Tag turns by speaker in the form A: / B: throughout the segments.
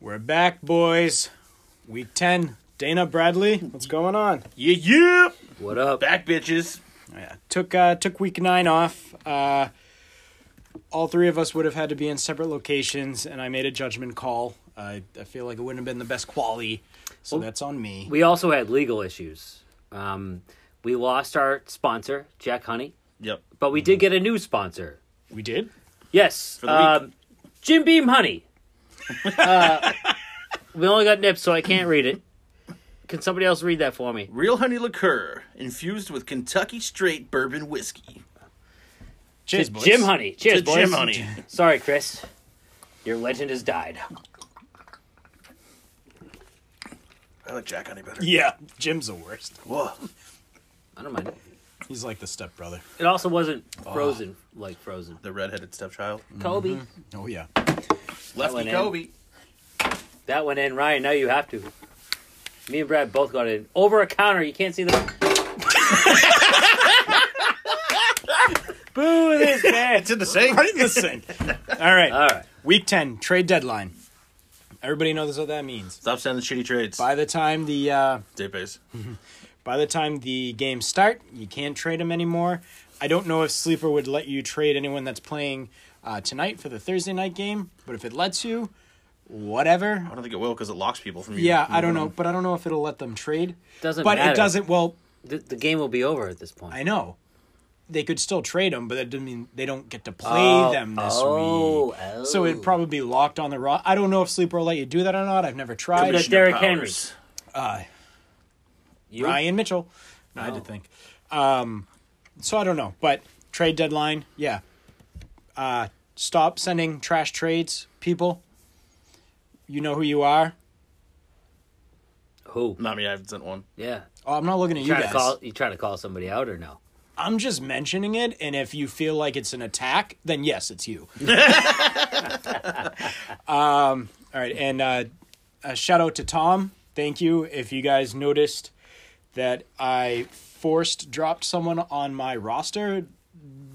A: We're back, boys. Week 10. Dana Bradley, what's going on?
B: Yeah, yeah.
C: What up?
B: Back bitches.
A: Yeah, took uh, took week nine off. Uh, all three of us would have had to be in separate locations, and I made a judgment call. I, I feel like it wouldn't have been the best quality, so that's on me.
C: We also had legal issues. Um, we lost our sponsor, Jack Honey,
B: Yep.
C: but we did get a new sponsor.
A: We did.
C: Yes,
B: Mm-hmm. the week.
C: um, Jim Beam Honey. uh, we only got nips, so I can't read it. Can somebody else read that for me?
B: Real honey liqueur infused with Kentucky straight bourbon whiskey.
A: Cheers, boys.
C: Jim Honey. Cheers,
B: To
C: boys.
B: Jim Honey.
C: Sorry, Chris. Your legend has died.
B: I like Jack Honey better.
A: Yeah, Jim's the worst.
B: Whoa.
C: I don't mind. it.
A: He's like the stepbrother.
C: It also wasn't
B: Oh.
C: frozen like frozen.
B: The redheaded stepchild.
C: Kobe.
A: Oh yeah.
B: Lefty
C: went in.
B: Kobe.
C: That went in, Ryan. Now you have to. Me and Brad both got in over a counter. You can't see the. Boo! This man.
A: in the sink. Right in the sink. All right.
C: All right.
A: Week 10, trade deadline. Everybody knows what that means.
B: Stop sending shitty trades.
A: By the time the uh,
B: Day base.
A: by the time the games start, you can't trade them anymore. I don't know if Sleeper would let you trade anyone that's playing uh, tonight for the Thursday night game, but if it lets you, whatever.
B: I don't think it will because it locks people from you.
A: Yeah, I don't know, but I don't know if it'll let them trade.
C: Doesn't
A: but
C: matter.
A: it doesn't. Well,
C: The, the game will be over at this point.
A: I know they could still trade them, but that doesn't mean they don't get to play
C: Oh,
A: them this
C: oh,
A: week. So
C: oh.
A: it probably be locked on the raw. I don't know if Sleeper will let you do that or not. I've never tried.
C: Commissioner
B: Commissioner
C: Derrick
B: powers.
C: Henry.
A: Uh,
C: You?
A: Ryan Mitchell. No, I
C: Oh.
A: did think. Um, so I don't know, but trade deadline, yeah. Uh, stop sending trash trades, people. You know who you are.
C: Who?
B: Not me, I haven't sent one.
C: Yeah.
A: Oh, I'm not looking at you
C: Try
A: guys.
C: to call. You try to call somebody out or no?
A: I'm just mentioning it, and if you feel like it's an attack, then yes, it's you. um, all right, and uh, a shout out to Tom. Thank you. If you guys noticed that I forced dropped someone on my roster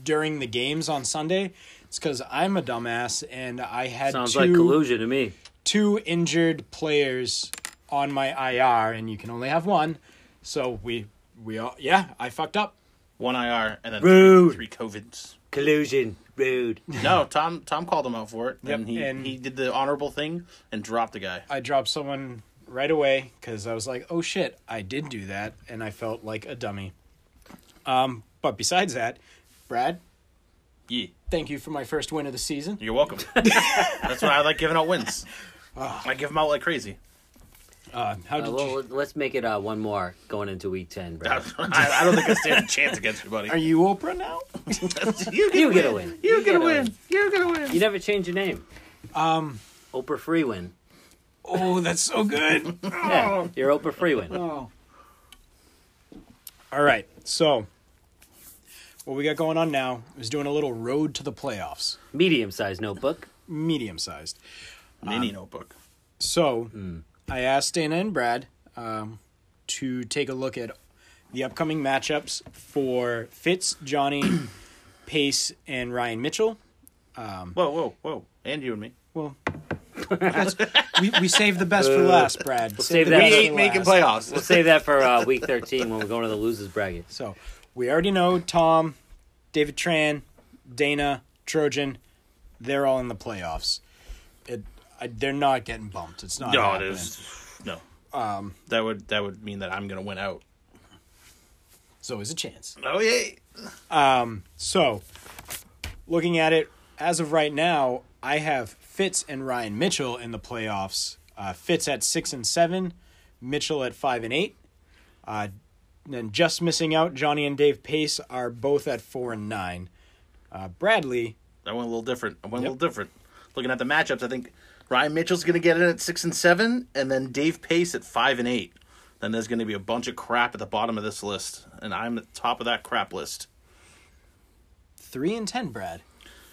A: during the games on Sunday, it's because I'm a dumbass and I had
C: Sounds
A: two
C: like collusion to me.
A: two injured players on my IR, and you can only have one. So we we all yeah, I fucked up.
B: One IR and then
C: Rude.
B: three, three COVIDs.
C: Collusion. Rude.
B: No, Tom Tom called him out for it.
A: Yep,
B: and, he,
A: and-
B: he did the honorable thing and dropped the guy.
A: I dropped someone right away because I was like, oh shit, I did do that, and I felt like a dummy. Um, but besides that, Brad,
B: Yeah.
A: thank you for my first win of the season.
B: You're welcome. That's why I like giving out wins. I give them out like crazy.
A: Uh, how
C: Uh,
A: did
C: well,
A: you?
C: let's make it uh, one more going into week ten,
B: I,
C: Brad.
B: I don't think I stand a chance against you, buddy.
A: Are you Oprah now?
B: you
C: You get a win.
B: You get a
C: get a
B: win. You get a win.
C: You never change your name. Um, Oprah Freewin.
A: oh, that's so good.
C: Yeah, you're Oprah Freewin.
A: Oh. All right, so what we got going on now is doing a little road to the playoffs,
C: Medium sized notebook.
A: medium sized.
B: Mini notebook.
A: So I asked Dana and Brad um, to take a look at the upcoming matchups for Fitz, Johnny, Pace, and Ryan Mitchell.
B: Whoa, whoa, whoa. And you and me.
A: Well, that's, we, we saved the best for last, Brad. We'll
C: save that
B: We
C: That's
B: ain't making playoffs.
C: We'll save that for uh, week 13 when we go into the losers bracket.
A: So we already know Tom, David Tran, Dana, Trojan. They're all in the playoffs. It, I, they're not getting bumped. It's not.
B: No, it
A: happening.
B: is. No. that would that would mean that I'm gonna win out.
A: It's always a chance.
B: Oh yeah.
A: So, looking at it as of right now, I have Fitz and Ryan Mitchell in the playoffs. Uh, Fitz at six and seven, Mitchell at five and eight. Uh, then just missing out, Johnny and Dave Pace are both at four and nine. Uh, Bradley,
B: I went a little different. I went a little different. Looking at the matchups, I think Ryan Mitchell's gonna get in at six and seven, and then Dave Pace at five and eight. Then there's gonna be a bunch of crap at the bottom of this list, and I'm at the top of that crap list.
A: three and ten. Brad,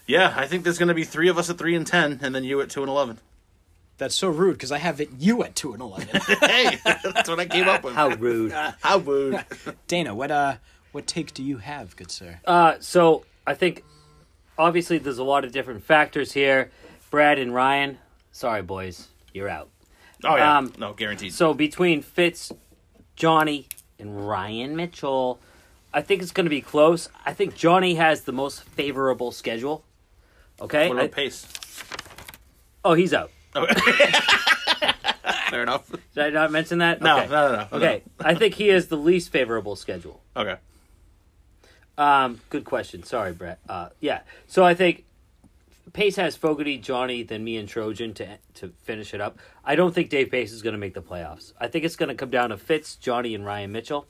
B: Yeah, I think there's gonna be three of us at three and ten, and then you at two and eleven.
A: that's so rude because I have it you at two and eleven.
B: hey, that's what I came up with.
C: How rude.
B: How rude.
A: Dana, what uh, what take do you have, good sir?
C: Uh, so I think obviously there's a lot of different factors here. Brad and Ryan, sorry, boys. you're out.
B: Oh yeah,
C: Um,
B: no guaranteed.
C: So between Fitz, Johnny, and Ryan Mitchell, I think it's going to be close. I think Johnny has the most favorable schedule. Okay.
B: what
C: I-
B: about pace?
C: oh, he's out.
B: Fair enough.
C: Did I not mention that?
B: No,
C: Okay.
B: no, no, no.
C: Okay. I think he has the least favorable schedule.
B: No. Okay.
C: Um, good question. Sorry, Brett. Uh, yeah. So I think Pace has Fogarty, Johnny, then me and Trojan to to finish it up. I don't think Dave Pace is going to make the playoffs. I think it's going to come down to Fitz, Johnny, and Ryan Mitchell.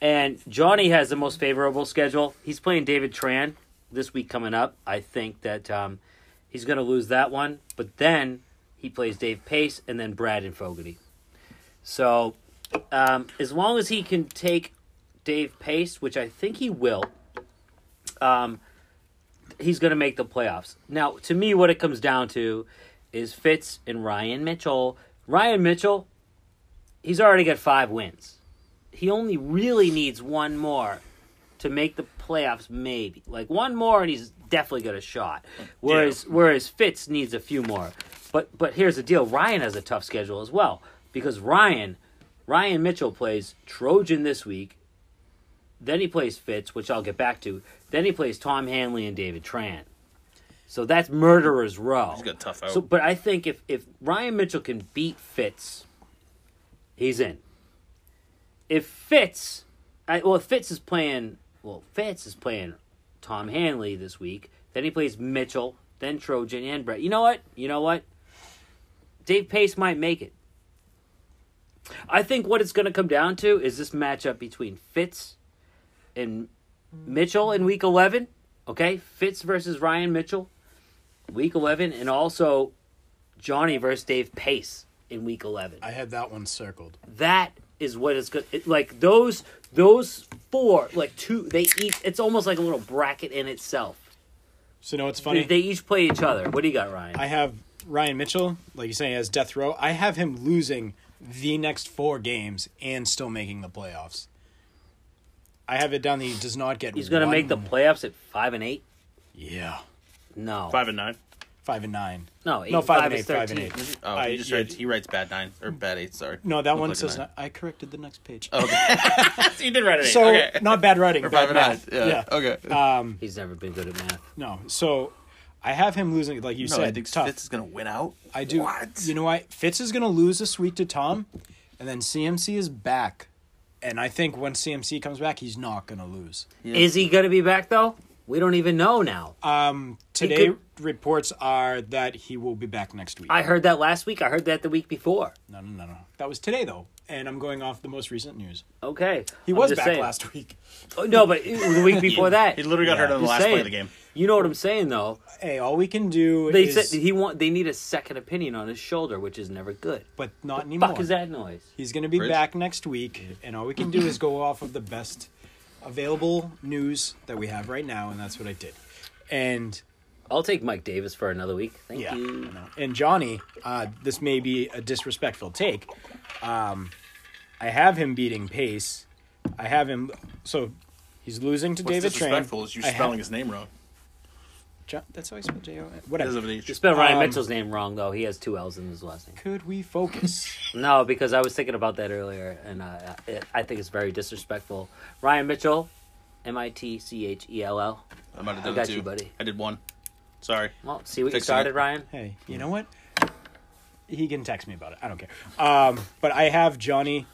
C: And Johnny has the most favorable schedule. He's playing David Tran this week coming up. I think that um, he's going to lose that one, but then he plays Dave Pace and then Brad and Fogarty. So um, as long as he can take Dave Pace, which I think he will, um, he's going to make the playoffs. Now, to me, what it comes down to is Fitz and Ryan Mitchell. Ryan Mitchell, he's already got five wins. He only really needs one more to make the playoffs, maybe. Like one more, and he's definitely got a shot. Whereas, whereas Fitz needs a few more. But but here's the deal: Ryan has a tough schedule as well because Ryan Ryan Mitchell plays Trojan this week. Then he plays Fitz, which I'll get back to. Then he plays Tom Hanley and David Tran. So that's murderer's row.
B: He's got a tough out.
C: So, but I think if if Ryan Mitchell can beat Fitz, he's in. If Fitz, I, well, if Fitz is playing. Well, Fitz is playing Tom Hanley this week. Then he plays Mitchell, then Trojan and Brett. You know what? You know what? Dave Pace might make it. I think what it's going to come down to is this matchup between Fitz and Mitchell in week 11. Okay? Fitz versus Ryan Mitchell, week 11, and also Johnny versus Dave Pace in week 11
A: I had that one circled.
C: that is what is good. It, like those those four, like two, they each. It's almost like a little bracket in itself.
A: So no, it's
C: They,
A: funny.
C: they each play each other. What do you got, Ryan?
A: I have Ryan Mitchell, like you say, as death row. I have him losing the next four games and still making the playoffs. I have it down that he does not get.
C: He's gonna
A: one-
C: make the playoffs at five and eight.
A: yeah
C: No,
B: Five and nine.
A: five and nine.
C: no, eight,
A: no,
C: five,
A: five and
C: is
A: eight, five and
C: 13.
A: eight.
B: Oh,
A: I-
B: he just
A: yeah.
B: writes, he writes bad nine or bad eight. Sorry.
A: No, that
B: Looks
A: one
B: like a
A: says
B: nine.
A: not, I corrected the next page.
B: you did write an eight.
A: so
B: okay.
A: not bad writing.
B: or
A: bad
B: five and nine.
A: math.
B: Yeah. Okay.
C: He's never been good at math.
A: No, so I have him losing, like you
B: no,
A: said.
B: I think
A: tough.
B: Fitz is gonna win out.
A: I do.
B: What?
A: You know what? Fitz is going to lose this week to Tom, and then CMC is back. And I think when CMC comes back, he's not going to lose.
B: Yeah.
C: Is he gonna be back though? We don't even know now.
A: Um, today reports are that he will be back next week.
C: I heard that last week. I heard that the week before.
A: no, no, no, no. That was today though, and I'm going off the most recent news.
C: Okay,
A: He
C: I'm
A: was
C: just
A: back
C: saying.
A: last week.
C: Oh, no, but the week before that,
B: he literally got hurt on the
C: Just
B: last play
C: saying.
B: of the game.
C: You know what I'm saying though.
A: Hey, all we can do
C: They
A: is,
C: said that he want they need a second opinion on his shoulder, which is never good.
A: but not anymore.
C: Fuck is that noise?
A: He's going to be
B: Rich?
A: back next week, and all we can do is go off of the best available news that we have right now, and that's what I did. And
C: I'll take Mike Davis for another week. Thank
A: yeah, I
C: you.
A: know. and Johnny, uh, this may be a disrespectful take. Um, I have him beating pace. I have him, so he's losing to
B: What's
A: David
B: disrespectful
A: Tran.
B: is you
A: I have-
B: spelling his name wrong.
A: Jo- that's how I spell J O.
B: He doesn't
A: Whatever.
B: have an H.
C: You spelled Ryan
A: Um,
C: Mitchell's name wrong though. He has two L's in his last name.
A: Could we focus?
C: No, because I was thinking about that earlier, and uh, it, I think it's very disrespectful. Ryan Mitchell, M I T C H E L L.
B: I might have done
C: I got
B: two.
C: you, buddy.
B: I did one. Sorry.
C: Well, see what you
B: Fixing
C: started,
B: it.
C: Ryan.
A: hey, you know what? He can text me about it. I don't care. Um, but I have Johnny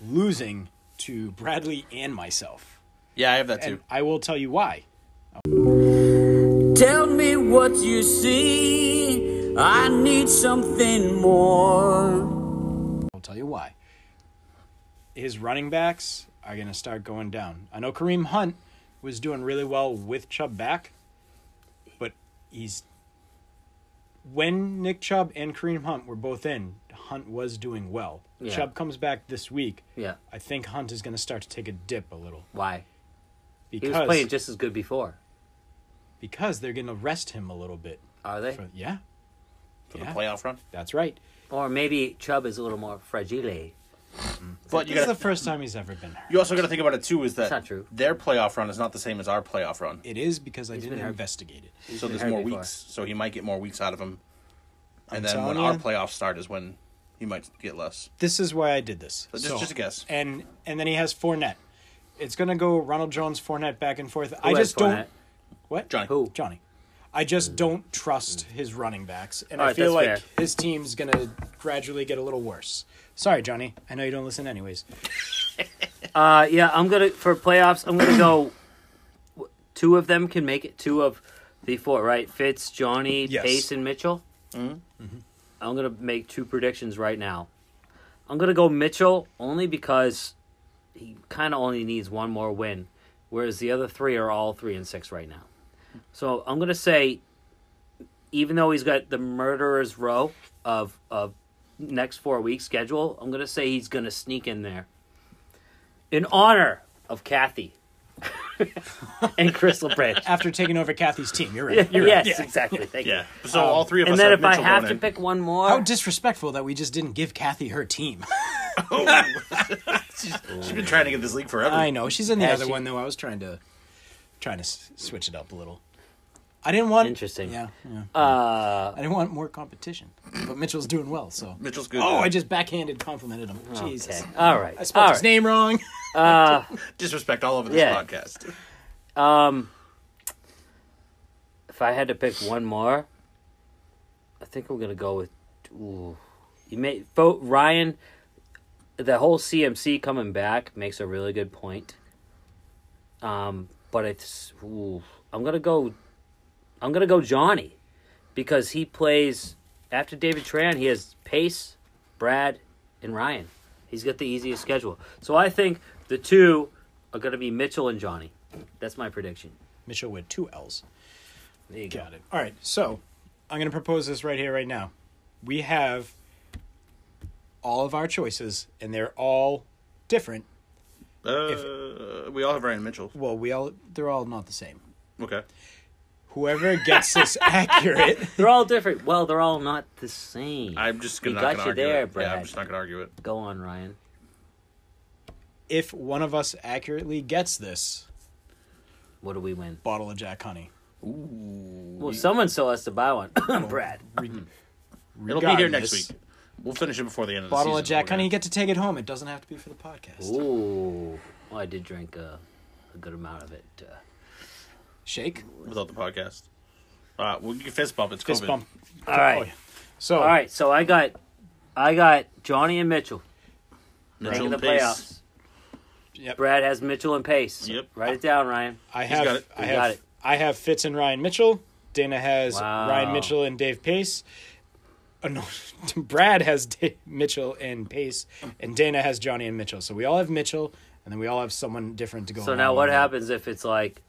A: losing to Bradley and myself.
B: Yeah, I have that too.
A: And I will tell you why.
D: Tell me what you see. I need something more.
A: I'll tell you why. His running backs are going to start going down. I know Kareem Hunt was doing really well with Chubb back, but he's. When Nick Chubb and Kareem Hunt were both in, Hunt was doing well.
C: Yeah.
A: Chubb comes back this week.
C: Yeah.
A: I think Hunt is going to start to take a dip a little
C: Why? He
A: because
C: was playing just as good before.
A: because they're going to rest him a little bit.
C: Are they?
A: For- yeah,
B: for
A: yeah.
B: the playoff run.
A: that's right.
C: Or maybe Chubb is a little more fragile.
B: But you
A: this is
B: got
A: the first time he's ever been hurt.
B: you also got to think about it too. Is that
C: not true.
B: their playoff run is not the same as our playoff run?
A: It is because I
C: He's been
A: didn't
C: hurt.
A: investigate it.
B: so
C: been
B: there's
C: hurt
B: more
C: before.
B: weeks. So he might get more weeks out of him. and then when
A: telling
B: our
A: you.
B: playoffs start is when he might get less.
A: This is why I did this.
B: So just- just a guess.
A: And and then he has Fournette. It's gonna go Ronald Jones Fournette back and forth. I
C: Who has
A: just don't
C: Fournette?
A: what
B: Johnny.
C: Who?
A: Johnny. I just don't trust his running backs, and
C: All
A: I
C: right,
A: feel like
C: that's fair.
A: his team's gonna gradually get a little worse. Sorry, Johnny. I know you don't listen anyways.
C: Uh, yeah, I'm gonna for playoffs. I'm gonna go. Two of them can make it. Two of the four, right? Fitz, Johnny,
A: Yes.
C: Pace, and Mitchell. Mm-hmm. I'm gonna make two predictions right now. I'm gonna go Mitchell only because he kind of only needs one more win, whereas the other three are all three and six right now. So I'm gonna say, even though he's got the murderer's row of of next four week schedule, I'm gonna say he's gonna sneak in there in honor of Kathy and Crystal Branch.
A: After taking over Kathy's team, you're right. You're
C: yes,
A: right. Yeah.
C: exactly. Thank you.
B: Yeah. So all three of
C: Um, and
B: us.
C: then
B: have
C: if I
B: Mitchell
C: have
B: going
C: to
B: in.
C: pick one more,
A: How disrespectful that we just didn't give Kathy her team.
B: she's been trying to get this league forever.
A: I know she's in the
C: Has
A: other
C: she?
A: one though. I was trying to trying to s- switch it up a little. I didn't want
C: Interesting.
A: Yeah, yeah.
C: uh,
A: I didn't want more competition, but Mitchell's doing well. So
B: Mitchell's good.
A: Oh, I just backhanded complimented him. Jesus,
C: okay. All right.
A: I spelled
C: All
A: his
C: right.
A: name wrong.
C: Uh,
B: disrespect all over this
C: Yeah.
B: podcast.
C: um, if I had to pick one more, I think I'm gonna go with. Ooh, you may Fo- Ryan. The whole CMC coming back makes a really good point. Um, but it's ooh, I'm gonna go. I'm gonna go Johnny, because he plays after David Tran. He has Pace, Brad, and Ryan. He's got the easiest schedule. So I think the two are gonna be Mitchell and Johnny. That's my prediction.
A: Mitchell with two L's.
C: There you go.
A: Got it. All right, so I'm going to propose this right here, right now. We have all of our choices, and they're all different.
B: Uh, we all have Ryan Mitchell.
A: Well, we all they're all not the same.
B: Okay.
A: Whoever gets this accurate,
C: They're all different. Well, they're all not the same.
B: I'm just
C: We
B: gonna not
C: got
B: gonna
C: you
B: argue
C: there,
B: it. Yeah,
C: Brad.
B: I'm just not gonna argue it.
C: Go on, Ryan.
A: if one of us accurately gets this,
C: What do we win?
A: bottle of Jack Honey.
C: Well, someone still has to buy one.
A: Oh.
C: Brad.
B: It'll be here next
A: Regardless,
B: week. We'll finish it before the end of the
A: Bottle
B: season.
A: of Jack
B: We're
A: Honey. You
B: gonna-
A: get to take it home. It doesn't have to be for the podcast.
C: Ooh. Well, I did drink a, a good amount of it. Uh,
A: Shake,
B: without the podcast. Uh, we'll get fist bump. It's
A: fist
B: COVID.
A: bump.
C: all right.
A: Oh, yeah. So,
C: All right. So I got, I got Johnny and Mitchell
B: Mitchell
C: making the
B: and Pace.
C: playoffs.
A: Yep.
C: Brad has Mitchell and Pace.
B: Yep.
C: Write it down, Ryan.
A: I
B: He's
A: have
B: got it.
A: I
C: He
A: have
C: got it.
A: I have Fitz and Ryan Mitchell. Dana has
C: Wow.
A: Ryan Mitchell and Dave Pace. Uh, no, Brad has Dave Mitchell and Pace, and Dana has Johnny and Mitchell. So we all have Mitchell, and then we all have someone different to go.
C: So
A: along
C: now, what
A: with.
C: happens if it's like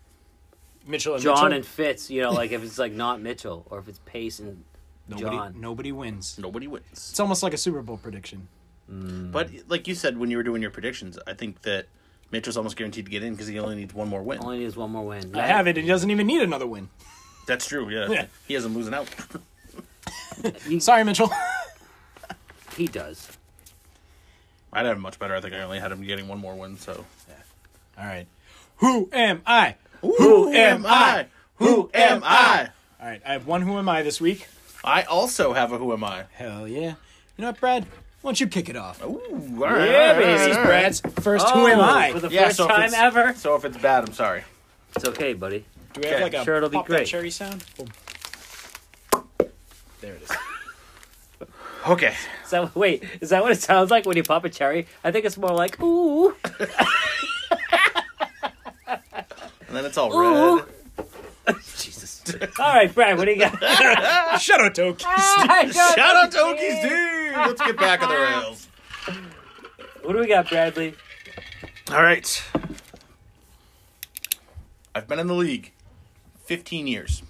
A: Mitchell and
C: John
A: Mitchell?
C: and Fitz? You know, like if it's like not Mitchell, or if it's Pace and
A: nobody,
C: John.
A: nobody wins.
B: Nobody wins.
A: It's almost like a Super Bowl prediction.
B: But like you said when you were doing your predictions, I think that Mitchell's almost guaranteed to get in because he only needs one more win.
C: Only needs one more win.
A: I have it. It doesn't even need another win.
B: That's true. Yeah.
A: Yeah.
B: He hasn't losing out.
A: Sorry, Mitchell.
C: He does.
B: I'd have him much better. I think I only had him getting one more win. So
A: all right. Who am I?
B: who am I? Who am I?
A: All right. I have one. Who am I this week?
B: I also have a who am I?
A: Hell yeah. You know what, Brad? Why don't you kick it off?
B: Ooh, all right,
C: Yeah,
B: all right,
A: This is
B: all right.
A: Brad's first Who Am
C: Oh,
A: I?
C: For the
B: Yeah,
C: first
B: so if
C: time
B: it's-
C: ever.
B: So if it's bad, I'm sorry.
C: It's okay, buddy.
A: Do we have
B: Okay,
A: like a
C: sure, it'll be
A: pop that
C: great.
A: cherry sound? Oh. There it is.
B: Okay.
C: Is that, wait, is that what it sounds like when you pop a cherry? I think it's more like ooh.
B: And then it's all
C: Ooh.
B: red.
C: Jesus. All right, Brad, what do you got?
A: Shut up, Tokies.
C: Shout
B: Shout out to Okies, dude. Let's get back on the rails.
C: What do we got, Bradley?
B: All right. I've been in the league 15 years.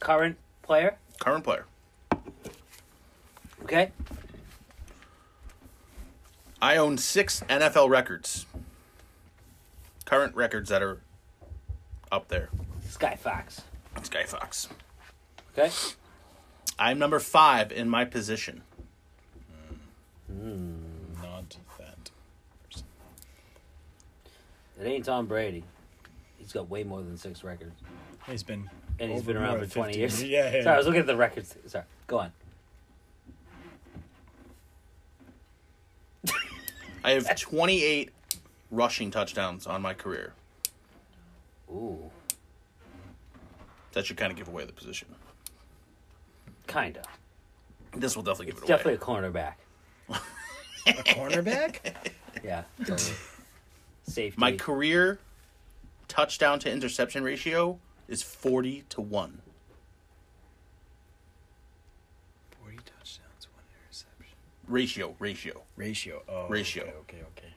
C: Current player.
B: Current player.
C: Okay.
B: I own six NFL records. Current records that are up there.
C: Sky Fox.
B: Sky Fox.
C: Okay.
B: I'm number five in my position.
A: Not that.
C: It ain't Tom Brady. He's got way more than six records.
A: He's been
C: and he's
A: Over
C: been
A: more
C: around
A: than
C: for twenty
A: 15
C: years.
A: Yeah, yeah.
C: Sorry, I was looking at the records. Sorry, go on.
B: I have 28 rushing touchdowns on my career.
C: Ooh,
B: That should kind of give away the position.
C: kinda.
B: This will definitely give it away.
C: Definitely a cornerback.
A: A cornerback?
C: Yeah. totally. Safety.
B: My career touchdown to interception ratio is 40 to 1.
A: 40 touchdowns, one interception.
B: Ratio, ratio.
A: Ratio. Oh,
B: Ratio.
A: Okay, okay. okay.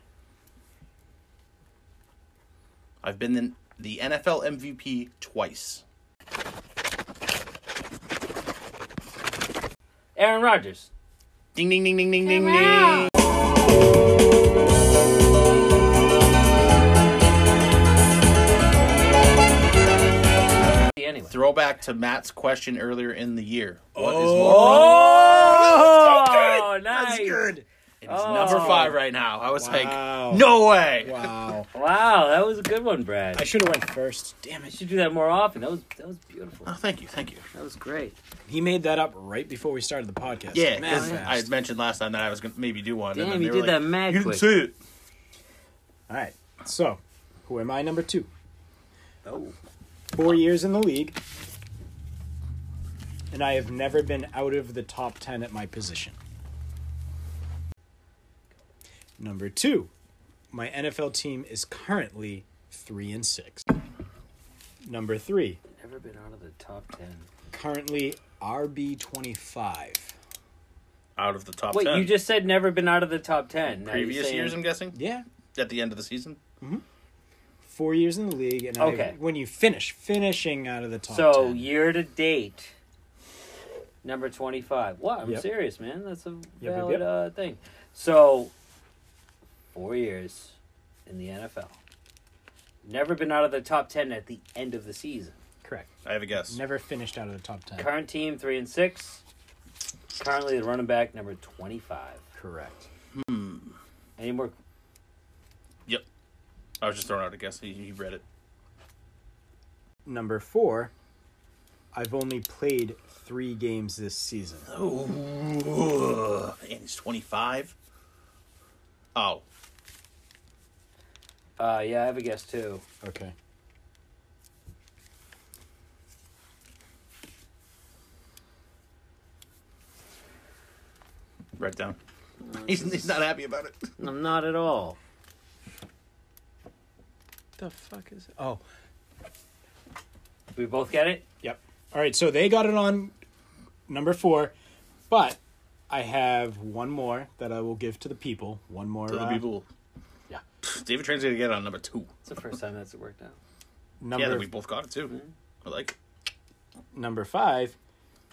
B: I've been the, the NFL MVP twice.
C: Aaron Rodgers.
B: Ding, ding, ding, ding, ding, ding, ding.
C: Anyway.
B: Throwback to Matt's question earlier in the year. What is more?
C: Oh, nice.
A: Oh, That's good.
B: It
C: Oh!
B: is number five right now. I was
A: Wow.
B: like, no way.
A: Wow.
C: Wow, that was a good one, Brad.
A: I should have went first. Damn
C: I
A: it.
C: should do that more often. That was that was beautiful.
B: Oh, thank you, thank you.
C: That was great.
A: He made that up right before we started the podcast.
B: Yeah,
A: Man,
B: 'cause
A: fast.
B: I had mentioned last time that I was gonna maybe do one.
C: Damn,
B: and then
C: you
B: they were
C: did
B: like,
C: that mad
B: You didn't
C: quick.
B: see it.
A: All right. So, who am I? Number two.
C: Oh.
A: Four years in the league, and I have never been out of the top 10 at my position. Number two, my NFL team is currently three and six. Number three,
C: Never been out of the top ten.
A: currently RB25.
B: Out of the top
C: Wait,
B: 10.
C: you just said never been out of the top ten. Now you're
B: previous
C: saying-
B: years, I'm guessing?
A: Yeah.
B: At the end of the season?
A: Four years in the league, and I-
C: Okay.
A: when you finish, finishing out of the top
C: So
A: 10.
C: year to date, number twenty five. Wow, I'm
A: Yep.
C: serious, man. That's a
A: yep,
C: valid
A: yep.
C: Uh, thing. So four years in the NFL. Never been out of the top ten at the end of the season.
A: Correct.
B: I have a guess.
A: Never finished out of the top 10.
C: Current team three and six. Currently the running back number twenty five.
A: Correct.
C: Any more?
B: Yep. I was just throwing out a guess. You, you read it.
A: Number four, I've only played three games this season.
C: Oh.
B: Ooh, and he's 25. Oh,
C: Uh, yeah, I have a guess too.
A: Okay.
B: right down.
A: Oh,
B: He's, he's not happy about it.
C: I'm not at all.
A: The fuck is it? Oh,
C: We both get it.
A: yep. All right, so they got it on number four, but I have one more that I will give to the people. One more.
B: Other
A: uh,
B: people.
A: yeah.
B: David Train's going to get it on number two.
C: It's the first time that's worked out.
B: Yeah,
A: Number
B: that we both got it too. I like.
A: number five,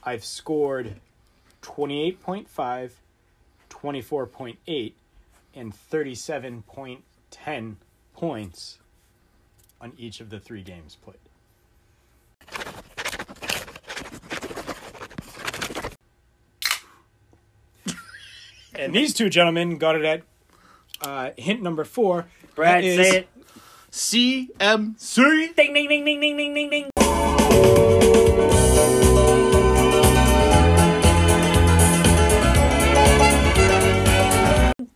A: I've scored 28.5, 24.8, and 37.10 points on each of the three games played. And these two gentlemen got it at uh, hint number four.
C: Brad,
A: That is-
C: say it.
B: CMC.
C: Ding, ding, ding, ding, ding, ding, ding, ding.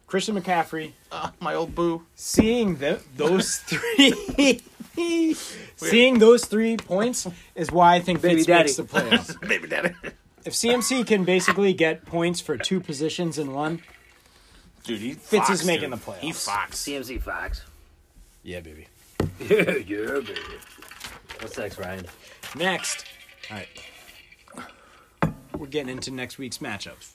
A: Christian McCaffrey
B: Ah, my old boo.
A: seeing the, those three seeing those three points is why I think
C: Baby
A: Fitz
C: daddy.
A: makes the playoffs.
B: Baby daddy.
A: if CMC can basically get points for two positions in one,
B: Dude, he
A: Fitz
B: Fox,
A: is making
B: dude.
A: the playoffs.
B: He Fox.
C: CMC Fox.
A: yeah, baby.
C: yeah, yeah, baby. What's next, Ryan?
A: Next, all right, we're getting into next week's matchups.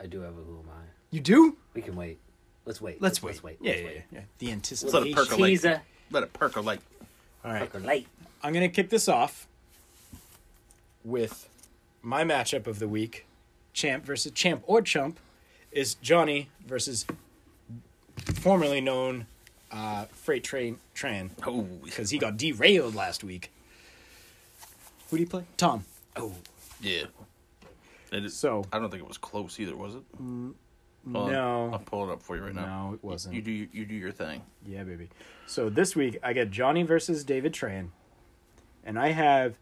C: I do have a who am I?
A: You do?
C: We can wait. Let's wait.
A: Let's wait.
C: Let's wait.
A: Yeah,
C: Let's
A: yeah,
C: wait.
A: yeah. The
B: Let it
A: anticipation.
B: percolate.
C: Teaser.
B: Let it percolate.
A: All right,
C: Fucking late.
A: I'm gonna kick this off with my matchup of the week: champ versus champ or chump is Johnny versus formerly known uh, Freight Train Tran
B: Oh,
A: because he got derailed last week. Who do you play? Tom.
C: Oh.
B: yeah. It is,
A: So- Mm,
B: I don't think it was close either, was it? Hold on.
A: no.
B: I'll pull it up for you right now.
A: No, it wasn't.
B: You do you do your thing.
A: Yeah, baby. So this week I got Johnny versus David Tran, and I have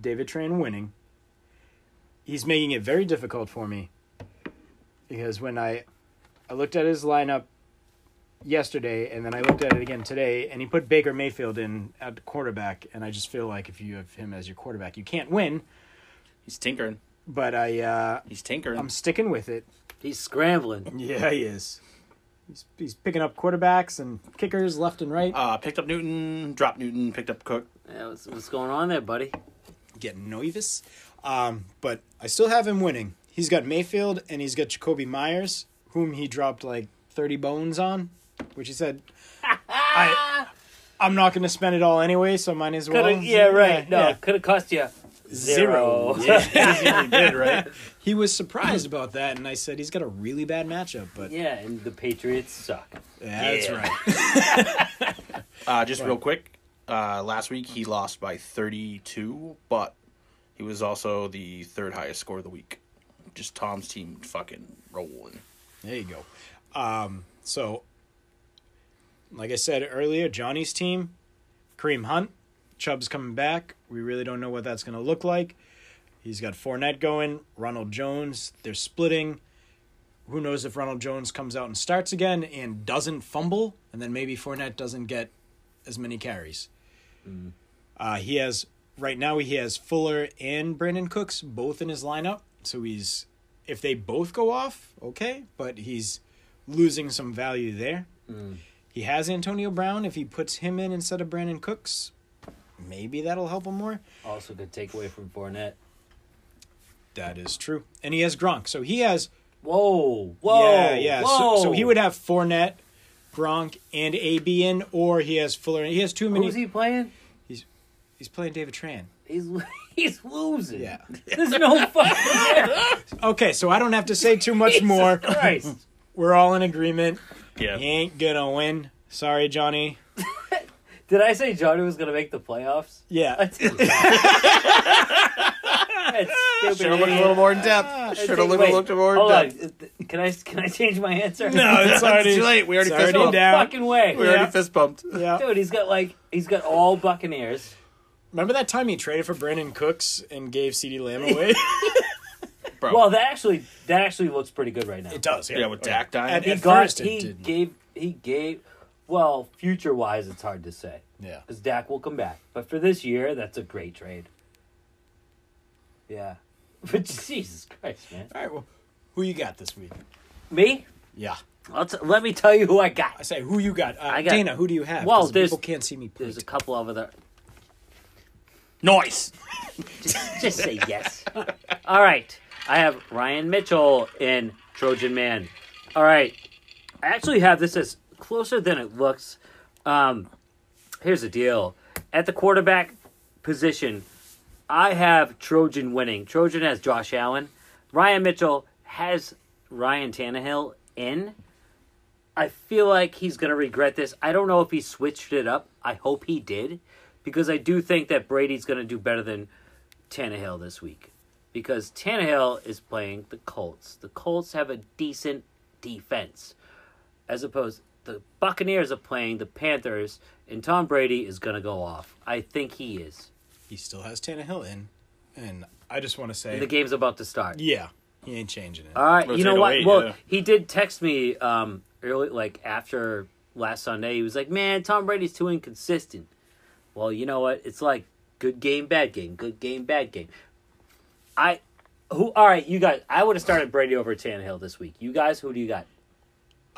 A: David Tran winning. He's making it very difficult for me because when I I looked at his lineup yesterday and then I looked at it again today and he put Baker Mayfield in at quarterback and I just feel like if you have him as your quarterback you can't win
B: He's tinkering.
A: but I uh
B: He's tinkering.
A: I'm sticking with it.
C: He's scrambling.
A: Yeah, he is. He's he's picking up quarterbacks and kickers left and right.
B: uh, picked up Newton, dropped Newton, picked up Cook.
C: Yeah, what's, what's going on there, buddy?
A: getting nervous. Um, but I still have him winning. He's got Mayfield and he's got Jacoby Myers, whom he dropped like thirty bones on, which he said, I, "I'm not going to spend it all anyway, so might as well."
C: Coulda- yeah, right. no,
A: yeah.
C: could have cost you
A: Zero.
C: zero.
B: he really did, right?
A: He was surprised about that, and I said he's got a really bad matchup, but
C: yeah, and the Patriots suck.
A: that's
C: Yeah.
A: right.
B: Uh, just real quick, uh, last week he lost by 32, but he was also the third highest score of the week. Just Tom's team fucking rolling.
A: There you go. Um, so, like I said earlier, Johnny's team, Kareem Hunt, Chubb's coming back. We really don't know what that's going to look like. He's got Fournette going, Ronald Jones. They're splitting. Who knows if Ronald Jones comes out and starts again and doesn't fumble, and then maybe Fournette doesn't get as many carries. Uh, he has right now he has Fuller and Brandon Cooks both in his lineup, so he's if they both go off, okay, but he's losing some value there.
C: Mm.
A: He has Antonio Brown. If he puts him in instead of Brandon Cooks, maybe that'll help him more.
C: Also, could take away from Fournette.
A: That is true. And he has Gronk, so he has
C: Whoa, whoa,
A: yeah, yeah.
C: whoa.
A: So, so he would have Fournette, Gronk, and AB in, or he has Fuller. He has too many.
C: Who's he playing?
A: He's playing David Tran.
C: He's he's losing.
A: Yeah.
C: There's no fucking.
A: Okay, so I don't have to say too much
C: Jesus
A: more.
C: Christ.
A: We're all in agreement.
B: Yeah.
A: He ain't gonna win. Sorry, Johnny.
C: Did I say Johnny was gonna make the playoffs?
A: Yeah.
C: That's stupid.
B: Should have looked a little more in depth. Should have looked more in
C: Ah, hold
B: depth.
C: on. Can I can I change my answer?
A: No, it's already
B: too late. We already
A: it's
B: fist
A: already
B: bumped.
A: down.
C: Oh, fucking way.
B: We already
A: Yeah.
B: fist bumped.
A: Yeah.
C: Dude, he's got like he's got all Buccaneers.
A: Remember that time he traded for Brandon Cooks and gave CeeDee Lamb away?
B: Bro.
C: Well, that actually that actually looks pretty good right now.
A: it does. Yeah,
B: Yeah, with Dak dying.
A: At,
B: He
A: at
C: Got-
A: first, it
C: he
A: didn't.
C: gave he gave well, future wise it's hard to say.
A: yeah.
C: Because Dak will come back. But for this year, that's a great trade. Yeah. But Jesus Christ, man.
A: All right. Well, who you got this week?
C: Me?
A: Yeah.
C: Let's, let me tell you who I
A: I
C: got.
A: say, who you got? Uh,
C: I got-
A: Dana, who do you have?
C: Well,
A: 'Cause
C: there's-
A: people can't see me.
C: There's a
A: Please.
C: couple of other.
B: Noise.
C: Just, just say yes. All right. I have Ryan Mitchell in Trojan Man. All right. I actually have this as closer than it looks. Um, here's the deal at the quarterback position, I have Trojan winning. Trojan has Josh Allen. Ryan Mitchell has Ryan Tannehill in. I feel like he's going to regret this. I don't know if he switched it up. I hope he did because I do think that Brady's going to do better than Tannehill this week because Tannehill is playing the Colts. The Colts have a decent defense as opposed the Buccaneers are playing the Panthers and Tom Brady is going to go off. I think he is.
A: He still has Tannehill in, and I just want to say,
C: And the Uh, game's about to start.
A: yeah, he ain't changing it.
C: All right, you know
B: Rotate
C: what?
B: away,
C: well,
B: yeah.
C: he did text me um early, like after last Sunday. He was like, "Man, Tom Brady's too inconsistent." Well, you know what? It's like good game, bad game, good game, bad game. I, who? All right, you guys. I would have started Brady over Tannehill this week. You guys, who do you got?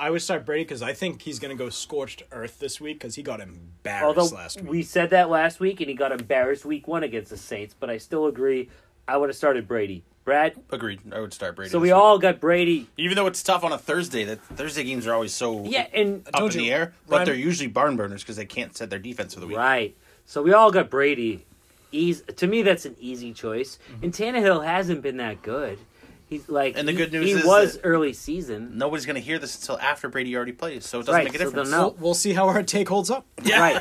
A: I would start Brady because I think he's gonna go scorched earth this week because he got embarrassed
C: Although
A: last week.
C: we said that last week, and he got embarrassed week one against the Saints, but I still agree. I would have started Brady. Brad.
B: Agreed. I would start Brady.
C: So
B: this
C: we
B: week.
C: all got Brady.
B: Even though it's tough on a Thursday, that Thursday games are always so
C: Yeah, and
B: up
A: told
B: in the
A: you,
B: air, but
A: Ryan-
B: they're usually barn burners because they can't set their defense for the week.
C: Right. So we all got Brady. Easy, to me, that's an easy choice. And Tannehill hasn't been that good. He's like,
B: And the
C: he-
B: good news
C: he
B: is
C: was
B: that-
C: early season.
B: Nobody's going to hear this until after Brady already plays, so it doesn't
C: Right,
B: make a
C: so they'll
B: difference.
C: know.
A: We'll, we'll see how our take holds up.
C: Right.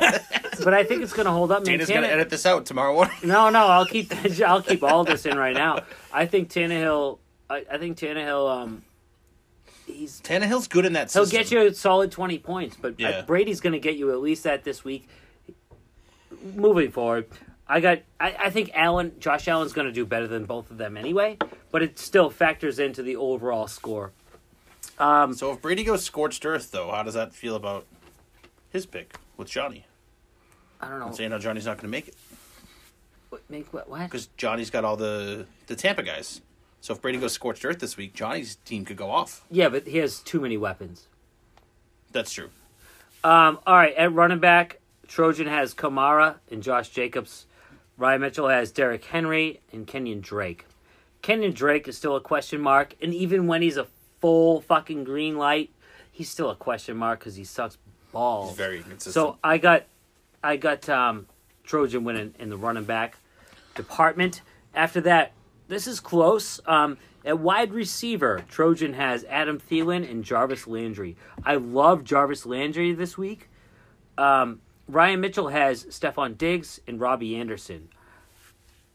C: but I think it's going to hold up. Man,
B: Dana's going
C: Tanne-
B: to edit this out tomorrow morning.
C: No, no, I'll keep that, I'll keep all this in right now. I think Tannehill. I, I think Tannehill. Um, he's
B: Tannehill's good in that
C: he'll
B: system.
C: get you a solid twenty points, but uh,
B: Yeah.
C: Brady's going to get you at least that this week. Moving forward, I got. I, I think Allen, Josh Allen's going to do better than both of them anyway, but it still factors into the overall score.
B: So if Brady goes scorched earth, though, how does that feel about his pick with Johnny?
C: I don't know.
B: Saying how Johnny's not going to make it
C: What, make what? What?
B: because Johnny's got all the the Tampa guys. So if Brady goes scorched earth this week, Johnny's team could go off.
C: Yeah, but he has too many weapons.
B: That's true.
C: Um, all right, at running back, Trojan has Kamara and Josh Jacobs. Ryan Mitchell has Derrick Henry and Kenyon Drake. Kenyon Drake is still a question mark, and even when he's a full fucking green light, he's still a question mark because he sucks balls.
B: He's very inconsistent.
C: So I got, I got um, Trojan winning in the running back department. After that, this is close. Um, at wide receiver, Trojan has Adam Thielen and Jarvis Landry. I love Jarvis Landry this week. Um, Ryan Mitchell has Stephon Diggs and Robbie Anderson.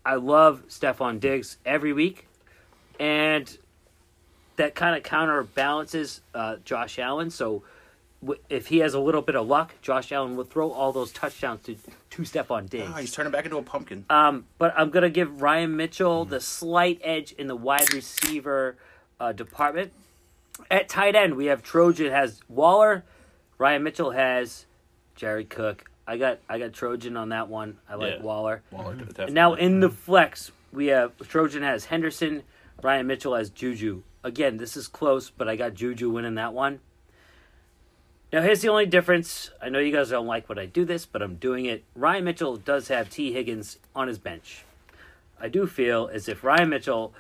C: I love Stephon Diggs every week, and that kind of counterbalances uh, Josh Allen. So w- if he has a little bit of luck, Josh Allen will throw all those touchdowns to to Stephon Diggs.
B: Oh, he's turning back into a pumpkin.
C: Um, but I'm gonna give Ryan Mitchell the slight edge in the wide receiver uh, department. At tight end, we have Trojan has Waller, Ryan Mitchell has Jerry Cook. I got I got Trojan on that one. I like
B: Yeah.
C: Waller.
B: Waller,
C: And now in the flex, we have Trojan has Henderson, Ryan Mitchell has Juju. Again, this is close, but I got Juju winning that one. Now here's the only difference. I know you guys don't like when I do this, but I'm doing it. Ryan Mitchell does have T. Higgins on his bench. I do feel as if Ryan Mitchell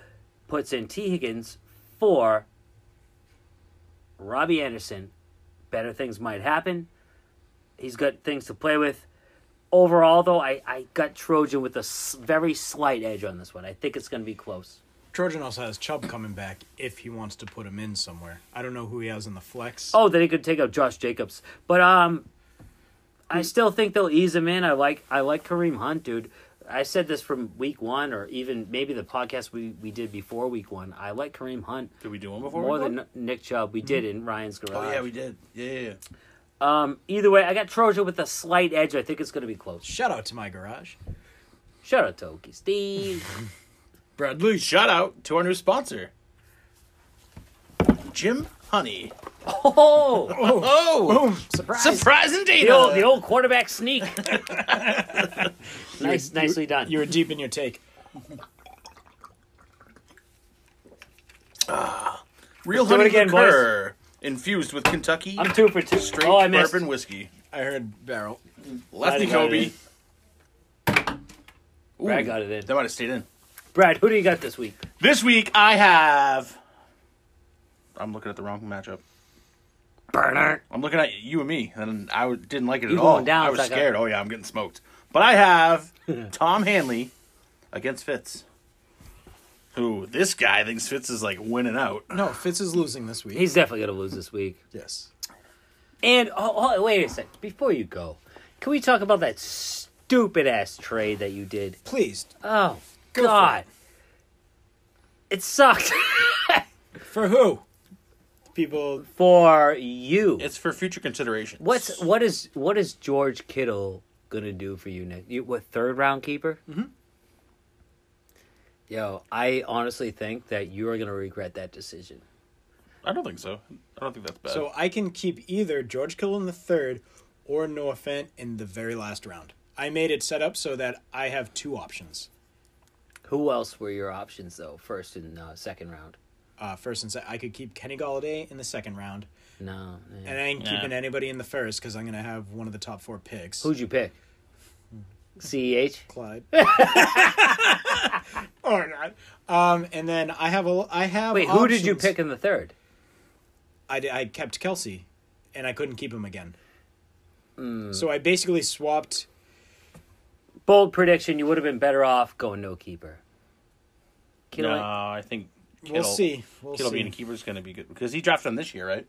C: puts in T. Higgins for Robbie Anderson, better things might happen. He's got things to play with overall though I, I got trojan with a s- very slight edge on this one i think it's going to be close
A: Trojan also has Chubb coming back if he wants to put him in somewhere. I don't know who he has in the flex.
C: oh then he could take out josh jacobs but um i
B: Hmm.
C: still think they'll ease him in i like i like kareem hunt dude i said this from week one or even maybe the podcast we, we did before week one i like kareem hunt
B: did we do one before?
C: more
B: we
C: than
B: did?
C: nick chubb we did in ryan's garage
B: Oh yeah, we did. Yeah, yeah, yeah.
C: um either way i got trojan with a slight edge i think it's going to be close
A: Shout out to my garage.
C: shout out to okie steve
B: Bradley, shout out to our new sponsor, Jim Honey.
C: oh
B: Oh,
A: Boom! Surprise!
B: surprising
C: the
B: data.
C: old, the old quarterback sneak nice nicely done
A: You were deep in your take.
B: Real
C: do it
B: honey
C: again,
B: liqueur infused with Kentucky
C: I'm two for two.
B: straight
C: oh, I missed.
B: bourbon whiskey.
A: I heard barrel.
B: Lefty
C: I got
B: Kobe.
C: it Brad got it in.
B: That might have stayed in.
C: Brad, who do you got this week?
B: This week I have. I'm looking at the wrong matchup.
C: Burner.
B: I'm looking at you and me, and I w- didn't like it
C: You
B: at all.
C: going down,
B: I was
C: it's like a-
B: scared. Oh yeah, I'm getting smoked. But I have Tom Hanley against Fitz, who this guy thinks Fitz is like winning out.
A: No, Fitz is losing this week.
C: He's definitely gonna lose this week.
A: yes.
C: And oh, oh, wait a sec. Before you go, can we talk about that stupid ass trade that you did?
A: Pleased.
C: Oh
A: for
C: God, it sucked
A: For who? People.
C: for you.
B: It's for future consideration.
C: What's what is what is George Kittle gonna do for you next? You, what third round keeper? Mm-hmm. Yo, I honestly think that you are gonna regret that decision.
B: I don't think so. I don't think that's bad.
A: So I can keep either George Kittle in the third or Noah Fant in the very last round. I made it set up so that I have two options.
C: Who else were your options though? First and uh, second round.
A: Uh, first and se- I could keep Kenny Galladay in the second round,
C: No. eh.
A: and I ain't
B: Nah.
A: keeping anybody in the first because I'm gonna have one of the top four picks.
C: Who'd you pick? E Ceh.
A: Clyde. or not. Um, and then I have a I have.
C: Wait, who did you
A: options.
C: pick in the third?
A: I, di- I kept Kelsey, and I couldn't keep him again.
C: Hmm.
A: So I basically swapped.
C: Bold prediction: You would have been better off going no
B: no,
C: keeper. Kittle,
B: I think Kittle,
A: we'll see. We'll
B: Kittle
A: see.
B: being a keeper is going to be good because he drafted him this year, right?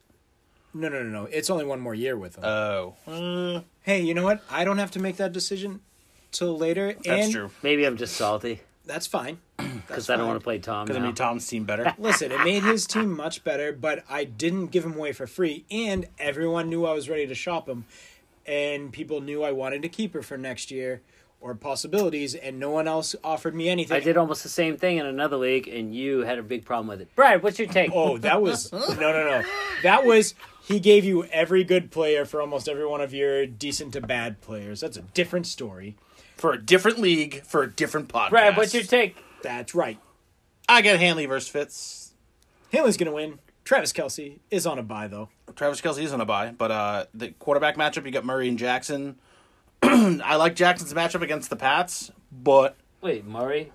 A: no, no, no, no. It's only one more year with him.
B: Oh, Uh,
A: hey, you know what? I don't have to make that decision till later.
B: that's
A: and
B: true.
C: Maybe I'm just salty
A: That's fine.
C: because I don't want to play Tom.
B: Because I
C: now.
B: mean, Tom's team better.
A: Listen, it made his team much better, but I didn't give him away for free, and everyone knew I was ready to shop him, and people knew I wanted to keep her for next year or possibilities, and no one else offered me anything.
C: I did almost the same thing in another league, and you had a big problem with it. Brad, what's your take?
A: Oh, that was no, no, no. That was he gave you every good player for almost every one of your decent to bad players. That's a different story.
B: for a different league for a different podcast.
C: Brad, what's your take?
A: That's right.
B: I got Hanley versus Fitz.
A: Hanley's gonna win. Travis Kelsey is on a bye though.
B: Travis Kelsey is on a bye, but uh, the quarterback matchup you got Murray and Jackson. I like Jackson's matchup against the Pats, but
C: Wait, Murray,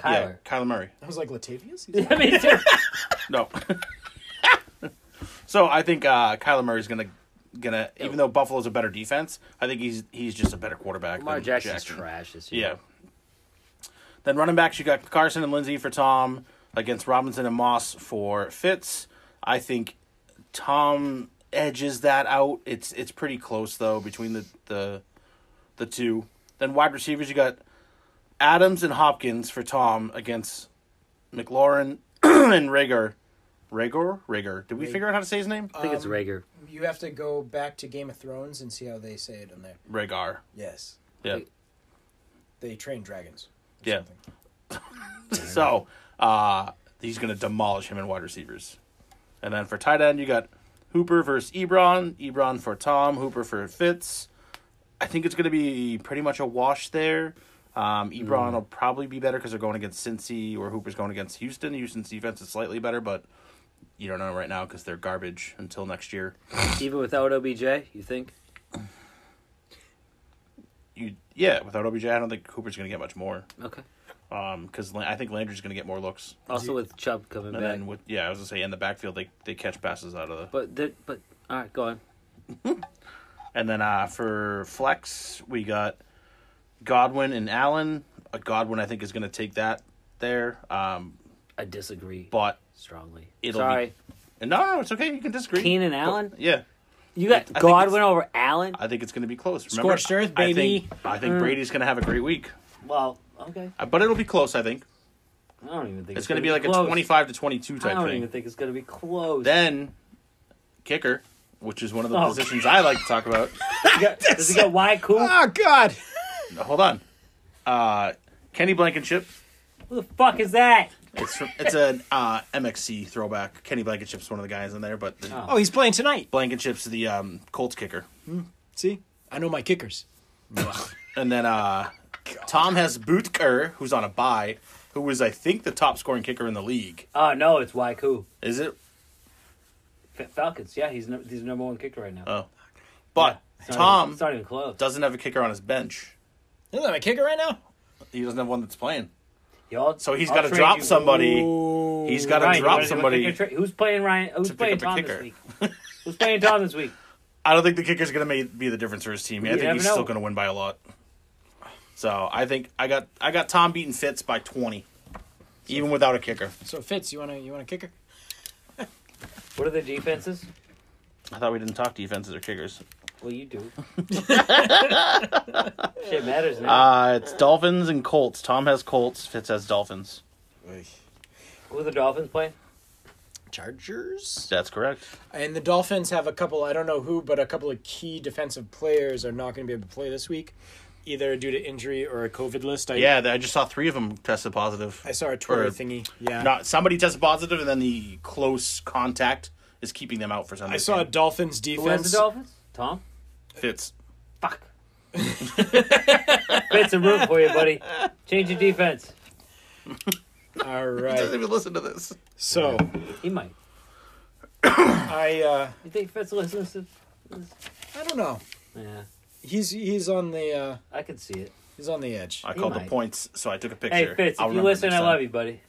B: yeah,
C: Kyler.
B: Kyler Murray.
A: I was like Latavius. He's
C: I mean, dude,
B: No. so I think uh, Kyler Murray's gonna gonna even though Buffalo's a better defense, I think he's he's just a better quarterback.
C: Lamar
B: than
C: Jackson's
B: Jackson.
C: trash this year.
B: Yeah. Then running backs, you got Carson and Lindsey for Tom against Robinson and Moss for Fitz. I think Tom edges that out. It's it's pretty close though between the the the two. Then wide receivers, you got Adams and Hopkins for Tom against McLaurin and Rager. Rager, Rager. Did we figure out how to say his name?
C: I think it's Rager.
A: You have to go back to Game of Thrones and see how they say it on there.
B: Ragar.
A: Yes,
B: Yeah.
A: they train dragons. or
B: Yeah.
A: something.
B: So uh, he's going to demolish him in wide receivers. And then for tight end, you got Hooper versus Ebron. Ebron for Tom. Hooper for Fitz. I think it's going to be pretty much a wash there. Um, Ebron will probably be better because they're going against Cincy or Hooper's going against Houston. Houston's defense is slightly better, but you don't know right now because they're garbage until next year.
C: Even without OBJ, you think?
B: You yeah, without OBJ, I don't think Hooper's going to get much more
C: Okay.
B: because I think Landry's going to get more looks.
C: Also with Chubb coming
B: And
C: back.
B: then with yeah, I was going to say in the backfield they they catch passes out of the.
C: But the, but all right, go on.
B: And then uh, for flex, we got Godwin and Allen. Uh, Godwin, I think, is going to take that there. Um,
C: I disagree
B: but
C: strongly.
B: it'll
C: Sorry,
B: be no, no, it's okay. You can disagree.
C: Keenan Allen.
B: Yeah,
C: You got
B: think
C: Godwin
B: it's-
C: over Allen.
B: I think it's going to be close.
A: Scorched earth,
B: I
A: baby.
B: think, I
C: Mm.
B: think Brady's going to have a great week,
C: Well, okay.
B: Uh, but it'll be close. I think
C: I don't even think
B: it's, going to be like
C: close.
B: a twenty-five to twenty-two
C: I
B: type
C: don't
B: thing.
C: even think it's gonna be close.
B: Then kicker, which is one of the
C: Oh.
B: positions I like to talk about.
C: Does he got Y cool?
A: Oh God!
B: No, Hold on, uh, Kenny Blankenship.
C: Who the fuck is that?
B: It's from, it's an uh, MXC throwback. Kenny Blankenship's one of the guys in there, but the,
A: Oh, he's playing tonight.
B: Blankenship's the um, Colts kicker.
A: See, I know my kickers.
B: And then uh, Tom has Bootker, who's on a bye, who was, I think, the top scoring kicker in the league.
C: Oh no, it's Y cool.
B: Is it?
C: Fa- Falcons. Yeah, he's no, he's the number one kicker right now.
B: Oh. But
C: It's not even-
B: Tom
C: it's not even close.
B: doesn't have a kicker on his bench.
A: Isn't that my kicker right now?
B: He doesn't have one that's playing.
C: Y'all,
B: So he's
C: I'll
B: got to
C: trade
B: drop
C: you-
B: somebody.
A: Ooh.
B: He's got
C: Ryan,
B: to
C: you
B: drop
C: wanna do a
B: somebody.
C: kicker tra- who's playing Ryan? Who's
B: pick
C: playing
B: up a
C: Tom
B: kicker.
C: this week? who's playing Tom this week?
B: I don't think the kicker's going to be the difference for his team. I think
C: never
B: he's
C: know.
B: still going to win by a lot. So I think I got I got Tom beating Fitz by twenty, even without a kicker.
A: So Fitz, you wanna you want a kicker?
C: What are the defenses?
B: I thought we didn't talk defenses or kickers.
C: Well, you do. Shit matters now.
B: Uh, it's Dolphins and Colts. Tom has Colts. Fitz has Dolphins.
C: Who are the Dolphins playing?
A: Chargers.
B: That's correct.
A: And the Dolphins have a couple, I don't know who, but a couple of key defensive players are not going to be able to play this week, either due to injury or a COVID list. I,
B: Yeah, I just saw three of them tested positive.
A: I saw a Twitter
B: Or-
A: thingy. Yeah.
B: Not somebody tested positive, and then the close contact is keeping them out for some.
A: I saw a Dolphins
C: Who has
A: defense.
C: the Dolphins? Tom.
B: Fitz.
C: Fuck. Fits a room for you, buddy. Change your defense.
A: All
B: Doesn't
A: right.
B: even listen to this.
A: So
C: He might.
A: I, uh,
C: You think Fitz listens to?
A: I don't know.
C: Yeah,
A: He's he's on the uh,
C: I could see it.
A: he's on the edge.
B: I
C: He
B: called the
C: might.
B: points, so I took a picture.
C: Hey Fitz,
B: I'll
C: if you
B: remember
C: listen,
B: next
C: I
B: time.
C: love you, buddy.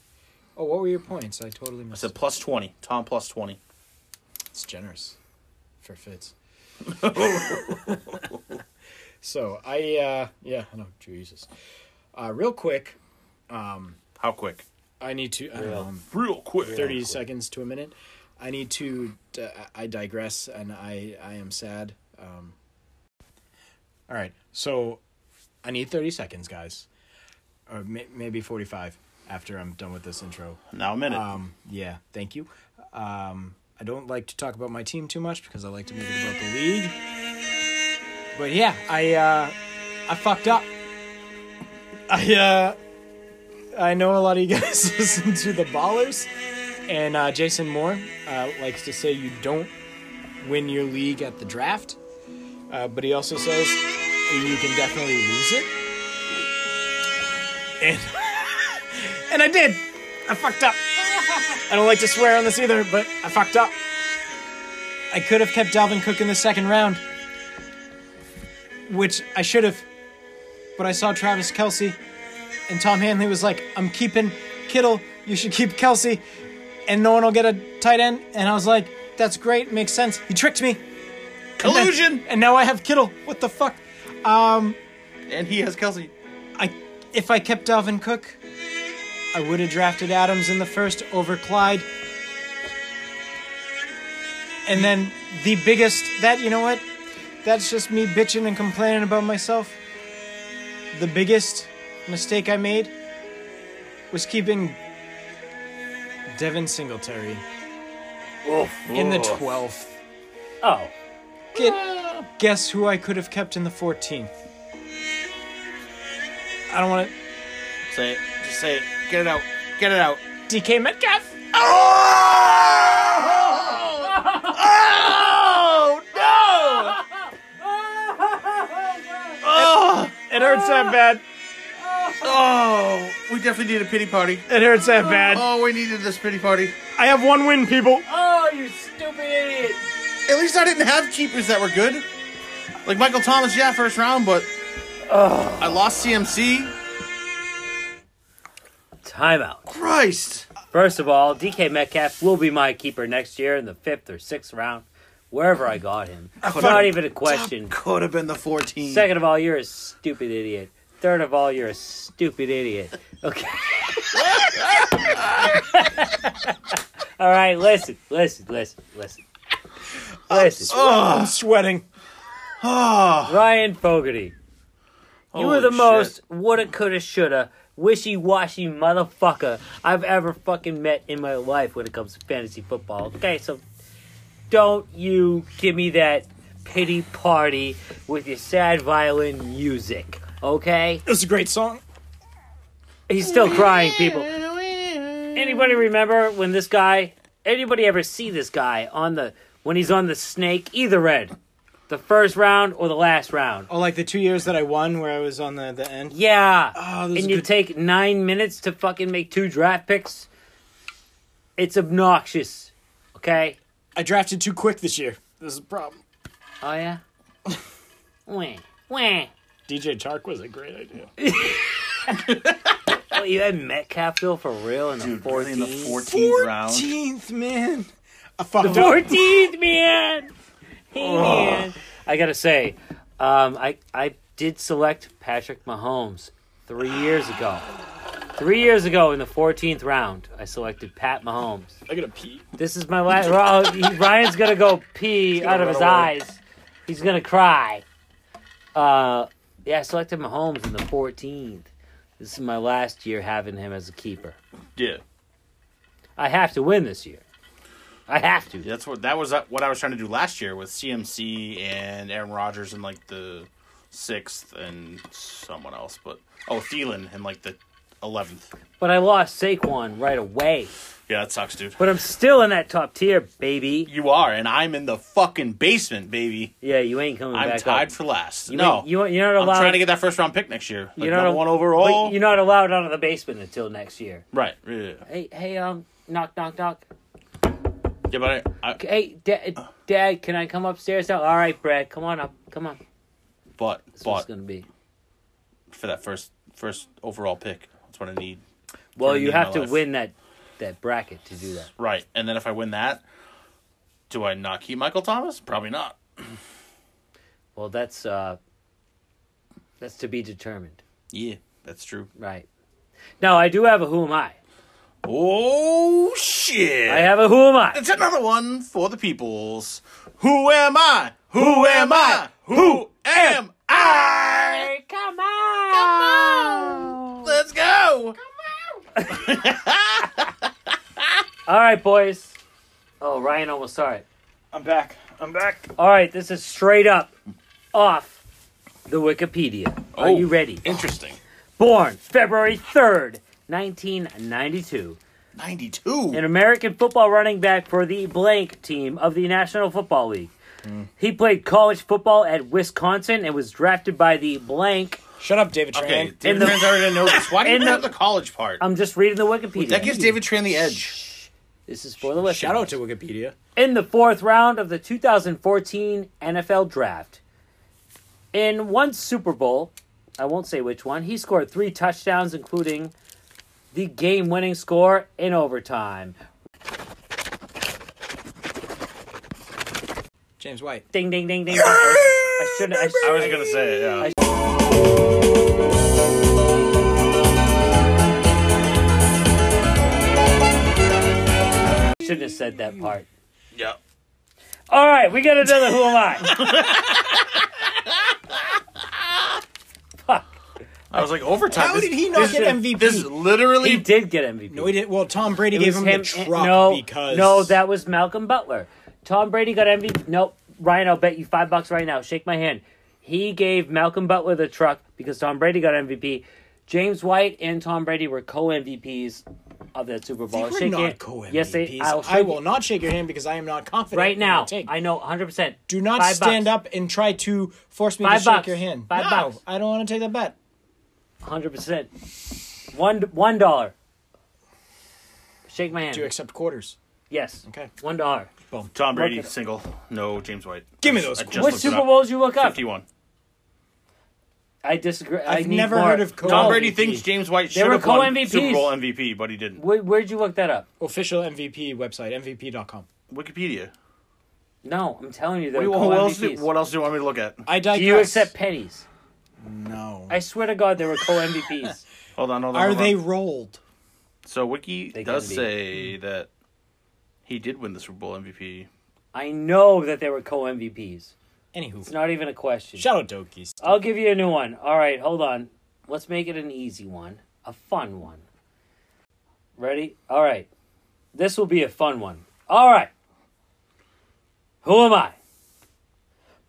A: Oh, what were your points? I totally
B: I
A: missed.
B: said
A: it.
B: plus twenty. Tom plus twenty.
A: It's generous for Fitz. so I uh, yeah I know Jesus. Uh, real quick,
B: How quick?
A: I need to. I don't know, I'm
B: Real quick.
A: 30 seconds to a minute. I need to. Uh, I digress, and I I am sad. Um, all right, so I need thirty seconds, guys, or may, maybe forty five after I'm done with this intro.
B: Now a minute.
A: Um, yeah, thank you. Um, I don't like to talk about my team too much because I like to make it about the league. But yeah, I uh, I fucked up. I uh, I know a lot of you guys listen to the Ballers, and uh, Jason Moore uh, likes to say you don't win your league at the draft, uh, but he also says you can definitely lose it. And and I did. I fucked up. I don't like to swear on this either, but I fucked up. I could have kept Dalvin Cook in the second round, which I should have. But I saw Travis Kelsey, and Tom Hanley was like, I'm keeping Kittle, you should keep Kelsey, and no one will get a tight end. And I was like, that's great, makes sense. He tricked me. And then-
B: Collusion!
A: And now I have Kittle. What the fuck?
B: And he has Kelsey.
A: I if I kept Dalvin Cook, I would have drafted Adams in the first over Clyde. And then the biggest that you know what? That's just me bitching and complaining about myself. The biggest mistake I made was keeping Devin Singletary in the 12th.
C: Oh,
A: Get, guess who I could have kept in the 14th? I don't want to
B: Say it. Just say it. Get it out. Get it out.
A: DK Metcalf.
C: Oh,
A: It hurts that bad.
B: Oh, we definitely need a pity party.
A: It hurts that bad.
B: Oh, we needed this pity party.
A: I have one win, people.
C: oh, you stupid idiot!
B: At least I didn't have keepers that were good. Like Michael Thomas, yeah, first round, but I lost CMC.
C: Timeout.
B: Christ.
C: First of all, DK Metcalf will be my keeper next year in the fifth or sixth round, wherever I got him. Not even a question.
B: Could have been the 14.
C: Second of all, you're a stupid idiot. Third of all, you're a stupid idiot. Okay. all right, listen, listen, listen, listen. Listen.
A: I'm sweating.
C: Ryan Fogarty. You were
B: Ah. Holy
C: the
B: shit.
C: most woulda, coulda, shoulda, wishy washy motherfucker I've ever fucking met in my life when it comes to fantasy football. Okay, so don't you give me that pity party with your sad violin music, okay?
A: This is a great song.
C: He's still crying, people. Anybody remember when this guy? Anybody ever see this guy on the when he's on the snake? Either end, the first round or the last round.
A: Oh, like the two years that I won, where I was on the the end.
C: Yeah,
A: Oh,
C: and
A: this is
C: you
A: good-
C: take nine minutes to fucking make two draft picks. It's obnoxious. Okay.
A: I drafted too quick this year. This is a problem.
C: Oh yeah. Wah, wah.
A: DJ Chark was a great idea.
C: Oh, you had Metcalf though for real in the
B: Dude, really in the
C: fourteenth.
B: 14th round.
A: Fourteenth man. I fucked up.
C: Fourteenth man. Hey man. I gotta say, um, I I did select Patrick Mahomes three years ago. Three years ago in the fourteenth round, I selected Pat Mahomes.
A: I gotta pee.
C: This is my last. Ro- he- Ryan's gonna go pee out of his eyes. He's gonna cry. Uh, yeah, I selected Mahomes in the fourteenth. This is my last year having him as a keeper.
B: Yeah.
C: I have to win this year. I have to.
B: That's what that was uh, what I was trying to do last year with CMC and Aaron Rodgers in like the sixth and someone else, but oh Thielen in like the eleventh.
C: But I lost Saquon right away.
B: Yeah, that sucks, dude.
C: But I'm still in that top tier, baby.
B: You are, and I'm in the fucking basement, baby.
C: Yeah, you ain't coming
B: I'm
C: back
B: tied
C: up.
B: for last.
C: You
B: no,
C: ain't- you, you're not
B: I'm
C: allowed.
B: trying to get that first round pick next year. Like
C: you're not
B: number
C: al-
B: one overall.
C: Wait, You're not allowed out of the basement until next year.
B: right. Yeah, yeah, yeah.
C: Hey, hey, um, knock, knock, knock.
B: Yeah, but I, I
C: Hey, Dad, Dad, can I come upstairs now? All right, Brad, come on up. Come on.
B: but
C: That's what it's
B: but
C: gonna be.
B: for that first first overall pick. That's what I need.
C: Well,
B: gonna
C: you
B: be my
C: have to
B: life.
C: win that that bracket to do that.
B: Right, and then if I win that, do I not keep Michael Thomas? Probably not.
C: Well, that's uh, that's to be determined,
B: Yeah, that's true.
C: right? Now, I do have a who am I?
B: Oh shit!
C: I have a who am I?
B: it's another one for the peoples. Who am I? Who am I? Who am I?
C: Come on!
B: Let's go.
C: All right, boys. Oh, Ryan almost saw it.
A: I'm back. I'm back.
C: All right, this is straight up off the Wikipedia. Are
B: Oh.
C: you ready?
B: Interesting.
C: born February 3rd, 1992.
B: 92.
C: an American football running back for the blank team of the National Football League. He played college football at Wisconsin and was drafted by the blank.
A: Shut up, David Tran.
B: Okay,
C: In
B: David
C: the-
B: Tran's already know this. Why do you
C: in
B: bring
C: the-
B: up the college part?
C: I'm just reading the Wikipedia.
B: that gives David Tran the edge.
C: This is for the listeners.
A: Shout out to Wikipedia.
C: in the fourth round of the 2014 NFL Draft. In one Super Bowl, I won't say which one, he scored three touchdowns, including the game winning score in overtime.
A: James White.
C: Ding, ding, ding, ding. ding. I shouldn't. I, should,
B: was gonna say it. Yeah.
C: shouldn't have said that part.
B: yeah.
C: All right, we got another Who Am I?
B: I was like overtime.
A: How
B: this-
A: did he not
B: this-
A: get MVP?
B: This literally.
C: He did get MVP.
A: No, he didn't. Well, Tom Brady
C: It
A: gave
C: was
A: him, the
C: and-
A: truck
C: no,
A: because
C: no, that was Malcolm Butler. Tom Brady got MVP. Nope, Ryan, I'll bet you five bucks right now. Shake my hand. He gave Malcolm Butler the truck because Tom Brady got MVP. James White and Tom Brady were co MVPs of that Super
A: They
C: Bowl.
A: were
C: Shake
A: not
C: hand.
A: co-MVPs.
C: Yes, they. I'll
A: I
C: shake
A: will not shake your hand because I am not confident.
C: right
A: in your
C: now.
A: take.
C: I know 100. percent
A: Do not
C: Five
A: stand up
C: bucks.
A: and try to force me to
C: Five
A: shake
C: bucks.
A: your hand.
C: Five
A: no,
C: bucks.
A: I don't want to take that bet.
C: 100. percent One one dollar. Shake my hand.
A: Do you accept quarters?
C: yes.
A: Okay.
C: One dollar.
B: Tom Brady
C: Look at-
B: single. No, James White.
A: Give me
B: I
A: those
B: just
A: quarters.
C: What
B: looked it
C: Super
B: up.
C: Bowls you look up?
B: Fifty-one.
C: I disagree. I
A: I've
C: need
A: never
C: more.
A: heard of co-
B: Tom
A: No,
B: Brady
C: MVP.
B: thinks James White
C: They
B: should
C: were
B: have won
C: co-MVPs.
B: Super Bowl MVP, but he didn't.
C: Where, where'd you look that up?
A: Official MVP website, MVP.com.
B: Wikipedia.
C: No, I'm telling you,
B: What,
C: they're
B: do you-
C: co
B: what else? Do,
C: MVPs.
B: what else do you want me to look at?
A: I digress.
C: Do you accept pennies?
A: No.
C: I swear to God, they were co MVPs.
B: Hold on, hold on.
A: Are
B: hold on.
A: they rolled?
B: So Wiki
C: They
B: does
C: can be.
B: say that he did win the Super Bowl MVP.
C: I know that they were co MVPs.
A: Anywho.
C: It's not even a question.
A: Shout out Dokies.
C: I'll give you a new one. All right, hold on. Let's make it an easy one, a fun one. Ready? All right. This will be a fun one. All right. Who am I?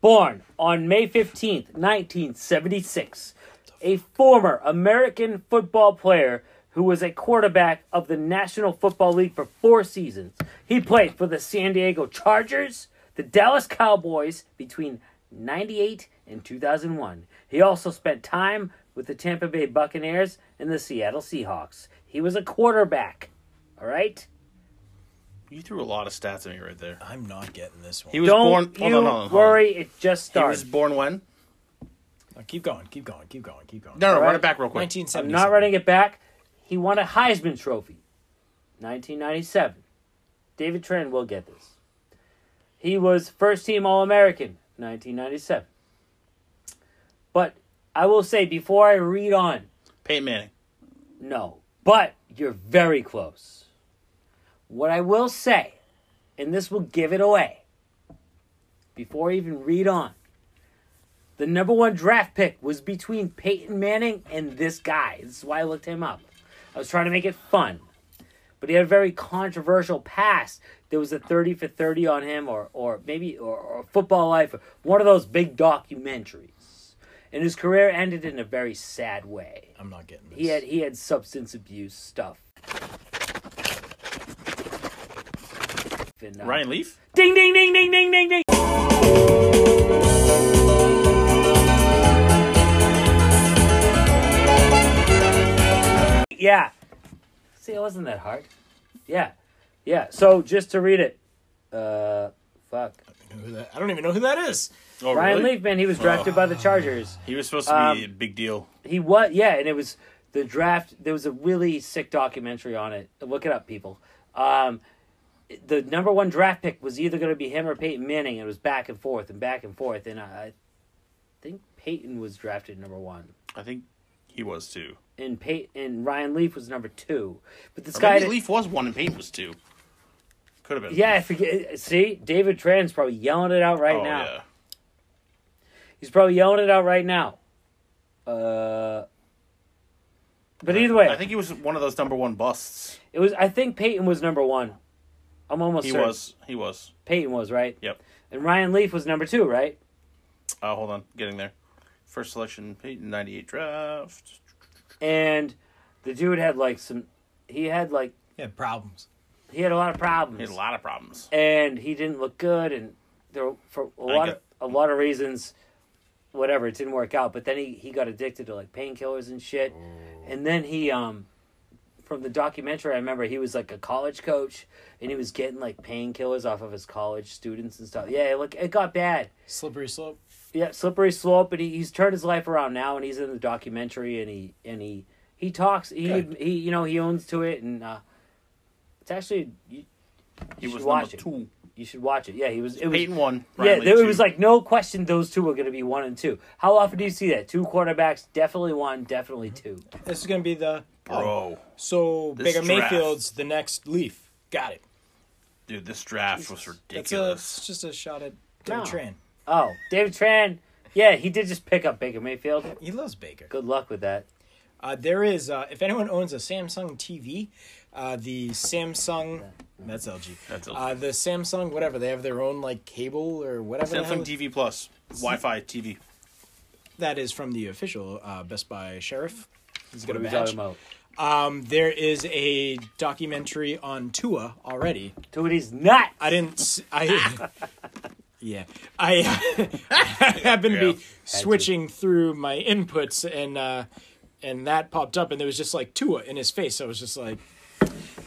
C: Born on May 15th, 1976, a former American football player who was a quarterback of the National Football League for four seasons. He played for the San Diego Chargers, the Dallas Cowboys between 98 and 2001. He also spent time with the Tampa Bay Buccaneers and the Seattle Seahawks. He was a quarterback. All right?
B: You threw a lot of stats at me right there.
A: I'm not getting this one.
B: He was
C: Don't
B: born. Hold
C: you
B: on, hold on, hold on.
C: worry, it just
B: He
C: started.
B: was born when?
A: Now keep going, keep going, keep going, keep going.
B: No, no,
C: Right.
B: run it back real quick.
A: 1977.
C: I'm not running it back. He won a Heisman Trophy, 1997. David Tran will get this. He was first team All American, 1997. But I will say before I read on,
B: Peyton Manning.
C: no, but you're very close. What I will say, and this will give it away, before I even read on, the number one draft pick was between Peyton Manning and this guy. This is why I looked him up. I was trying to make it fun. But he had a very controversial past. There was a 30 for 30 on him, or, or maybe or, or Football Life, or one of those big documentaries. And his career ended in a very sad way.
A: I'm not getting this.
C: He had he had substance abuse stuff. And, uh,
B: Ryan Leaf.
C: Ding ding ding ding ding ding ding. Yeah. See, it wasn't that hard. Yeah. Yeah. So just to read it. Uh fuck.
A: Who that- I don't even know who that is.
B: Oh,
C: Ryan
B: really? Oh.
C: Leaf, Um, man, he was drafted by the Chargers.
B: He was supposed to be a big deal.
C: He was, yeah, and it was the draft. There was a really sick documentary on it. Look it up, people. Um, the number one draft pick was either going to be him or Peyton Manning. and It was back and forth and back and forth, and I, I think Peyton was drafted number one,
B: I think he was too.
C: and Pey- and Ryan Leaf was number two. But this
B: Or
C: guy,
B: maybe Leaf was one and Peyton was two. Could have been.
C: yeah, I forget. See, David Tran's probably yelling it out right
B: Oh,
C: now.
B: yeah.
C: He's probably yelling it out right now. Uh, but either way,
B: I think he was one of those number one busts.
C: It was. I think Peyton was number one. I'm almost
B: He
C: certain.
B: was. He was.
C: Peyton was right,
B: Yep.
C: and Ryan Leaf was number two, right?
B: Uh, hold on, getting there. First selection, Peyton, ninety-eight draft.
C: and the dude had like some. He had like
A: Yeah, problems.
C: he had a lot of problems.
B: He had a lot of problems.
C: and he didn't look good and there were- for a lot of
B: get-
C: a lot of reasons whatever it didn't work out but then he, he got addicted to like painkillers and shit
B: Oh.
C: and then he um from the documentary i remember he was like a college coach and he was getting like painkillers off of his college students and stuff yeah look it got bad
A: Slippery slope.
C: yeah slippery slope but he, he's turned his life around now and he's in the documentary and he and he he talks he
A: Good.
C: he you know he owns to it and uh it's actually you,
B: He
C: you should
B: was
C: watch
B: number
C: it
B: two.
C: you should watch it. Yeah, he was. It was
B: Peyton one.
C: yeah,
B: Ryan Lee
C: there,
B: two.
C: it was like no question those two were going to be one and two. How often do you see that? Two quarterbacks, definitely one, definitely two.
A: This is gonna be the Oh,
C: oh.
B: bro,
A: So
B: This
A: Baker
B: draft.
A: Mayfield's the next Leaf. Got it.
B: dude, this draft was
A: That's a,
B: ridiculous.
A: it's just a shot at David
C: No.
A: Tran.
C: Oh, David Tran. Yeah, he did just pick up Baker Mayfield.
A: He loves Baker.
C: Good luck with that.
A: Uh, there is, uh, if anyone owns a Samsung TV, uh, the Samsung. That's LG.
B: That's LG.
A: Uh, the Samsung, whatever. They have their own like cable or whatever. the hell-
B: Samsung TV Plus, Wi-Fi TV.
A: That is from the official uh, Best Buy sheriff. He's
C: What
A: got
C: are
A: a
C: we talking
A: badge.
C: about?
A: Um, there is a documentary on Tua already.
C: Dude, he's nuts.
A: I didn't. s- I. yeah, I happen to
B: Yeah.
A: be switching through my inputs, and uh, and that popped up, and there was just like Tua in his face. I was just like,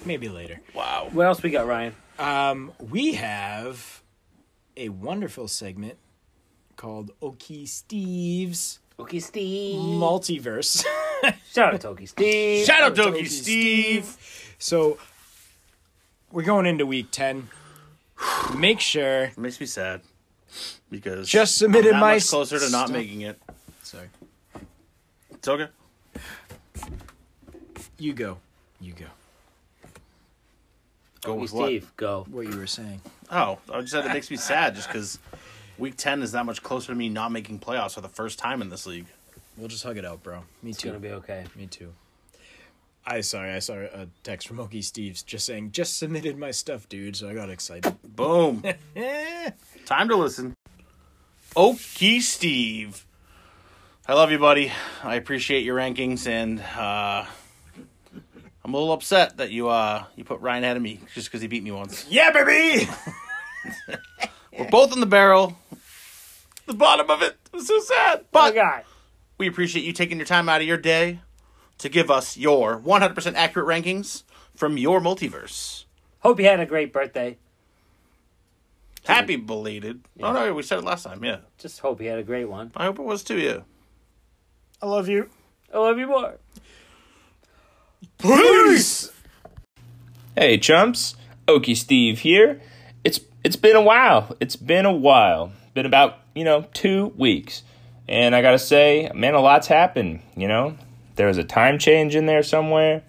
A: maybe later.
B: Wow.
C: What else we got, Ryan?
A: We have a wonderful segment called Okie Steve's
C: Okie Steve.
A: Multiverse.
C: Shout out to Okie Steve.
B: Shout out
A: Doki
B: Doki Steve.
A: so we're going into week ten. Make sure.
B: Makes me sad because
A: Just submitted
B: I'm that
A: my
B: much closer to not
A: stuff.
B: making it.
A: Sorry,
B: It's okay.
A: you go. You go.
B: Go
C: Okie
B: with
C: Steve, go.
A: What you were saying.
B: what? Oh, I just said it makes me sad just because week ten is that much closer to me not making playoffs for the first time in this league.
A: We'll just hug it out, bro. Me
C: It's
A: too.
C: going to be okay.
A: Me too. I sorry, I saw a text from Okie Steve's just saying, just submitted my stuff, dude, so I got excited.
B: Boom.
A: Eh.
B: Time to listen. Okie Steve. I love you, buddy. I appreciate your rankings, and uh, I'm a little upset that you uh, you put Ryan ahead of me just because he beat me once.
A: Yeah, baby!
B: We're both in the barrel, the bottom of it. I'm so sad,
C: Oh,
B: but
C: God.
B: we appreciate you taking your time out of your day to give us your 100% accurate rankings from your multiverse.
C: Hope you had a great birthday.
B: Happy belated. Oh no, we said it last time. Yeah,
C: Just hope you had a great one.
B: I hope it was too. Yeah.
A: I love you.
C: I love you more.
B: Peace.
E: Hey chumps, Okie Steve here. It's it's been a while. It's been a while. Been about, you know, 2 weeks. And I got to say, man, a lot's happened, you know. There was a time change in there somewhere.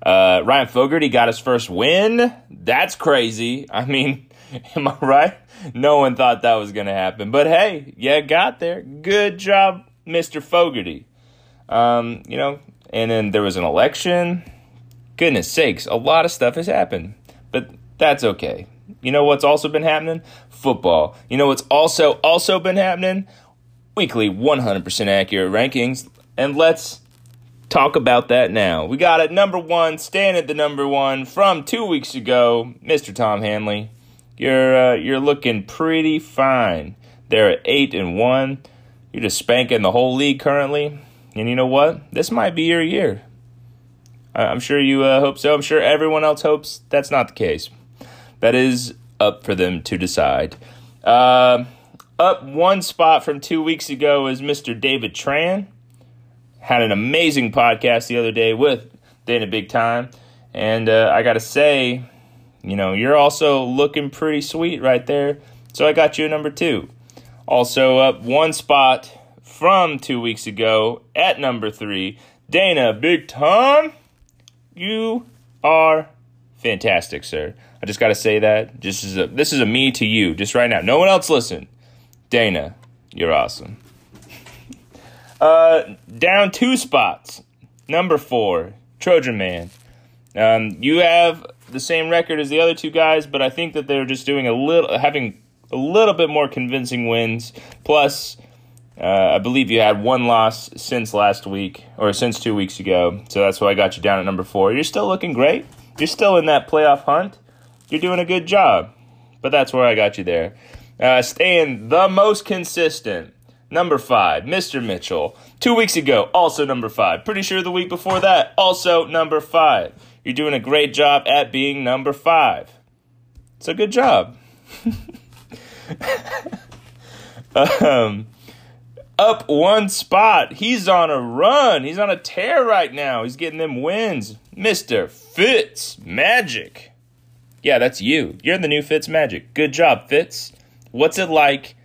E: Uh, Ryan Fogarty got his first win. That's crazy. I mean, am I right? No one thought that was going to happen. But hey, yeah, got there. Good job, Mr. Fogarty. Um, you know, and then there was an election goodness sakes, a lot of stuff has happened. But that's okay. You know what's also been happening? Football. You know what's also also been happening? Weekly 100% accurate rankings. And let's talk about that now. We got at number 1, staying at the number 1 from 2 weeks ago, Mr. Tom Hanley. You're uh, you're looking pretty fine. They're at 8 and 1. You're just spanking the whole league currently. And you know what? This might be your year. I- I'm sure you uh, hope so. I'm sure everyone else hopes that's not the case. That is up for them to decide. Um up one spot from two weeks ago is Mr. David Tran. Had an amazing podcast the other day with Dana Big Time. And uh, I got to say, you know, you're also looking pretty sweet right there. So I got you a number two. Also up one spot from two weeks ago at number three, Dana Big Time. You are fantastic, sir. I just gotta say that. This is a this is a me to you, just right now. No one else listen. Dana, you're awesome. Uh, down two spots. Number four, Trojan Man. Um, you have the same record as the other two guys, but I think that they're just doing a little, having a little bit more convincing wins. Plus, Uh, I believe you had one loss since last week or since two weeks ago, so that's why I got you down at number four. You're still looking great. You're still in that playoff hunt. You're doing a good job, but that's where I got you there. Uh, staying the most consistent. Number five, Mr. Mitchell. Two weeks ago, also number five. Pretty sure the week before that, also number five. You're doing a great job at being number five. So good job. um, up one spot. He's on a run. He's on a tear right now. He's getting them wins. Mr. Fitz Magic. Yeah, that's you. You're the new Fitz Magic. Good job, Fitz. What's it like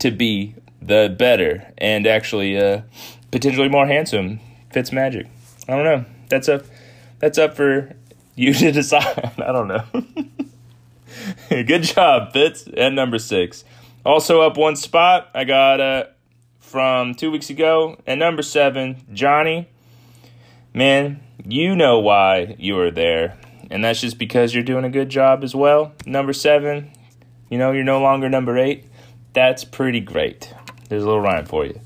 E: to be the better and actually uh, potentially more handsome Fitz Magic? I don't know. That's up. That's up for you to decide. I don't know. Good job, Fitz. At number six, also up one spot. I got uh, from two weeks ago. And number seven, Johnny. Man, you know why you are there. And that's just because you're doing a good job as well. Number seven, you know, you're no longer number eight. That's pretty great. There's a little rhyme for you.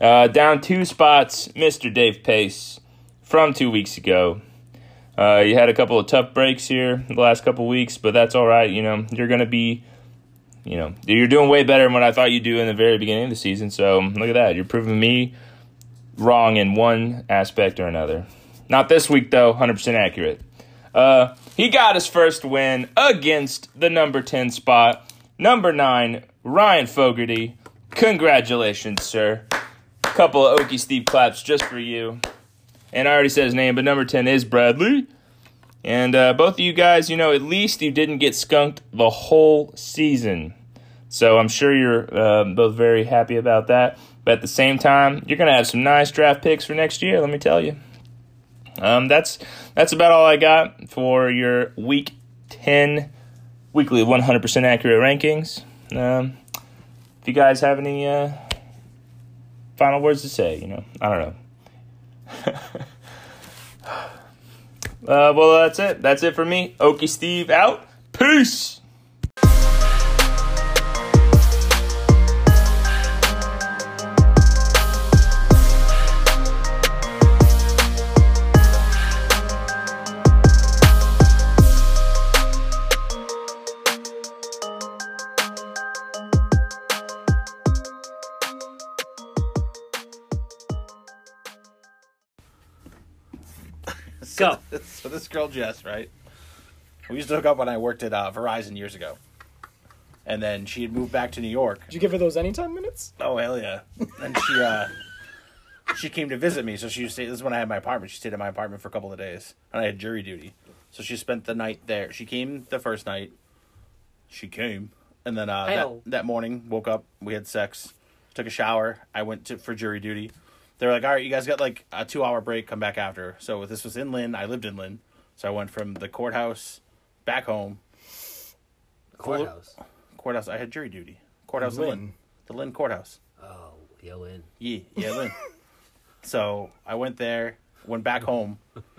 E: Uh, down two spots, Mr. Dave Pace from two weeks ago. Uh, you had a couple of tough breaks here the last couple weeks, but that's all right. You know, you're going to be you know, you're doing way better than what I thought you'd do in the very beginning of the season. So look at that. You're proving me wrong in one aspect or another. Not this week, though, 100% accurate. Uh, he got his first win against the number 10 spot, number 9, Ryan Fogarty. Congratulations, sir. Couple of Okie Steve claps just for you. And I already said his name, but number 10 is Bradley. And uh, both of you guys, you know, at least you didn't get skunked the whole season. So I'm sure you're uh, both very happy about that. But at the same time, you're going to have some nice draft picks for next year, let me tell you. Um, that's that's about all I got for your week 10 weekly 100% accurate rankings. Um, if you guys have any uh, final words to say, you know, I don't know. Uh, well, that's it. That's it for me. Okie Steve out. Peace.
B: So, so this girl Jess, right? We used to hook up when I worked at uh, Verizon years ago, and then she had moved back to New York.
F: Did you give her those anytime minutes?
B: Oh hell yeah! And she uh, she came to visit me, so she stayed. This is when I had my apartment. She stayed at my apartment for a couple of days, and I had jury duty, so she spent the night there. She came the first night. She came, and then uh, that,
C: Hell.
B: that morning woke up. We had sex, took a shower. I went to for jury duty. They were like, "All right, you guys got like a two hour break. Come back after." So this was in Lynn. I lived in Lynn, so I went from the courthouse back home.
C: Courthouse.
B: Courthouse. I had jury duty. Courthouse in Lynn.
F: Lynn.
B: The Lynn courthouse.
C: Oh, yo in.
B: Yeah, yeah, Lynn. so I went there, went back home,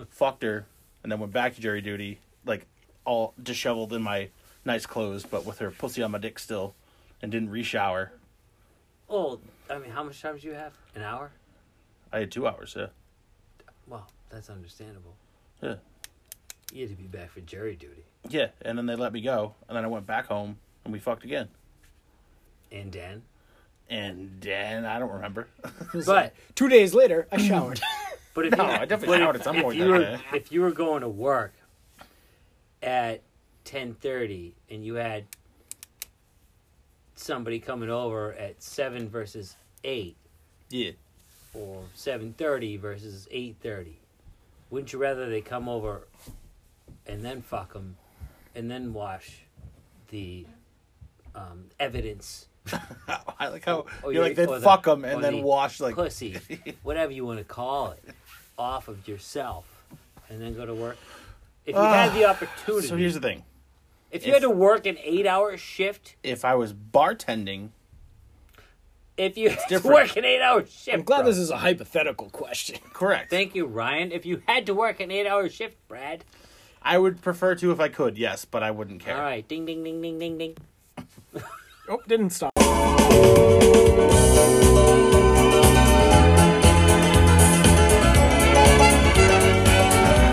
B: fucked her, and then went back to jury duty, like all disheveled in my nice clothes, but with her pussy on my dick still, and didn't reshower.
C: Oh, I mean, how much time do you have? An hour?
B: I had two hours. Yeah,
C: Well, that's understandable.
B: yeah,
C: You had to be back for jury duty
B: yeah. And then they let me go, and then I went back home, and we fucked again.
C: and Dan.
B: And then I don't remember.
C: But
F: Two days later, I showered.
C: but if
B: No,
C: you,
B: I definitely
C: but
B: showered
C: if-
B: at some
C: if
B: point
C: you
B: that
C: were,
B: day.
C: If you were going to work at ten thirty and you had somebody coming over at seven versus eight
B: yeah,
C: or seven thirty versus eight thirty, wouldn't you rather they come over and then fuck them and then wash the um, evidence?
B: I like how
C: or
B: you're like
C: your-
B: they
C: or the-
B: fuck them and
C: or
B: then
C: the
B: wash like
C: oh, pussy, whatever you want to call it, off of yourself, and then go to work. If you had the opportunity,
B: Ah, So here's the thing:
C: if you had
B: if-
C: to work an eight-hour shift,
B: if I was bartending,
C: if you had to
B: different.
C: work an eight-hour shift,
F: I'm glad
C: bro.
F: this is a hypothetical question.
B: correct.
C: Thank you, Ryan. If you had to work an eight-hour shift, Brad.
B: I would prefer to if I could, yes, but I wouldn't care.
C: All right, ding, ding, ding, ding, ding, ding.
F: Oh, didn't stop.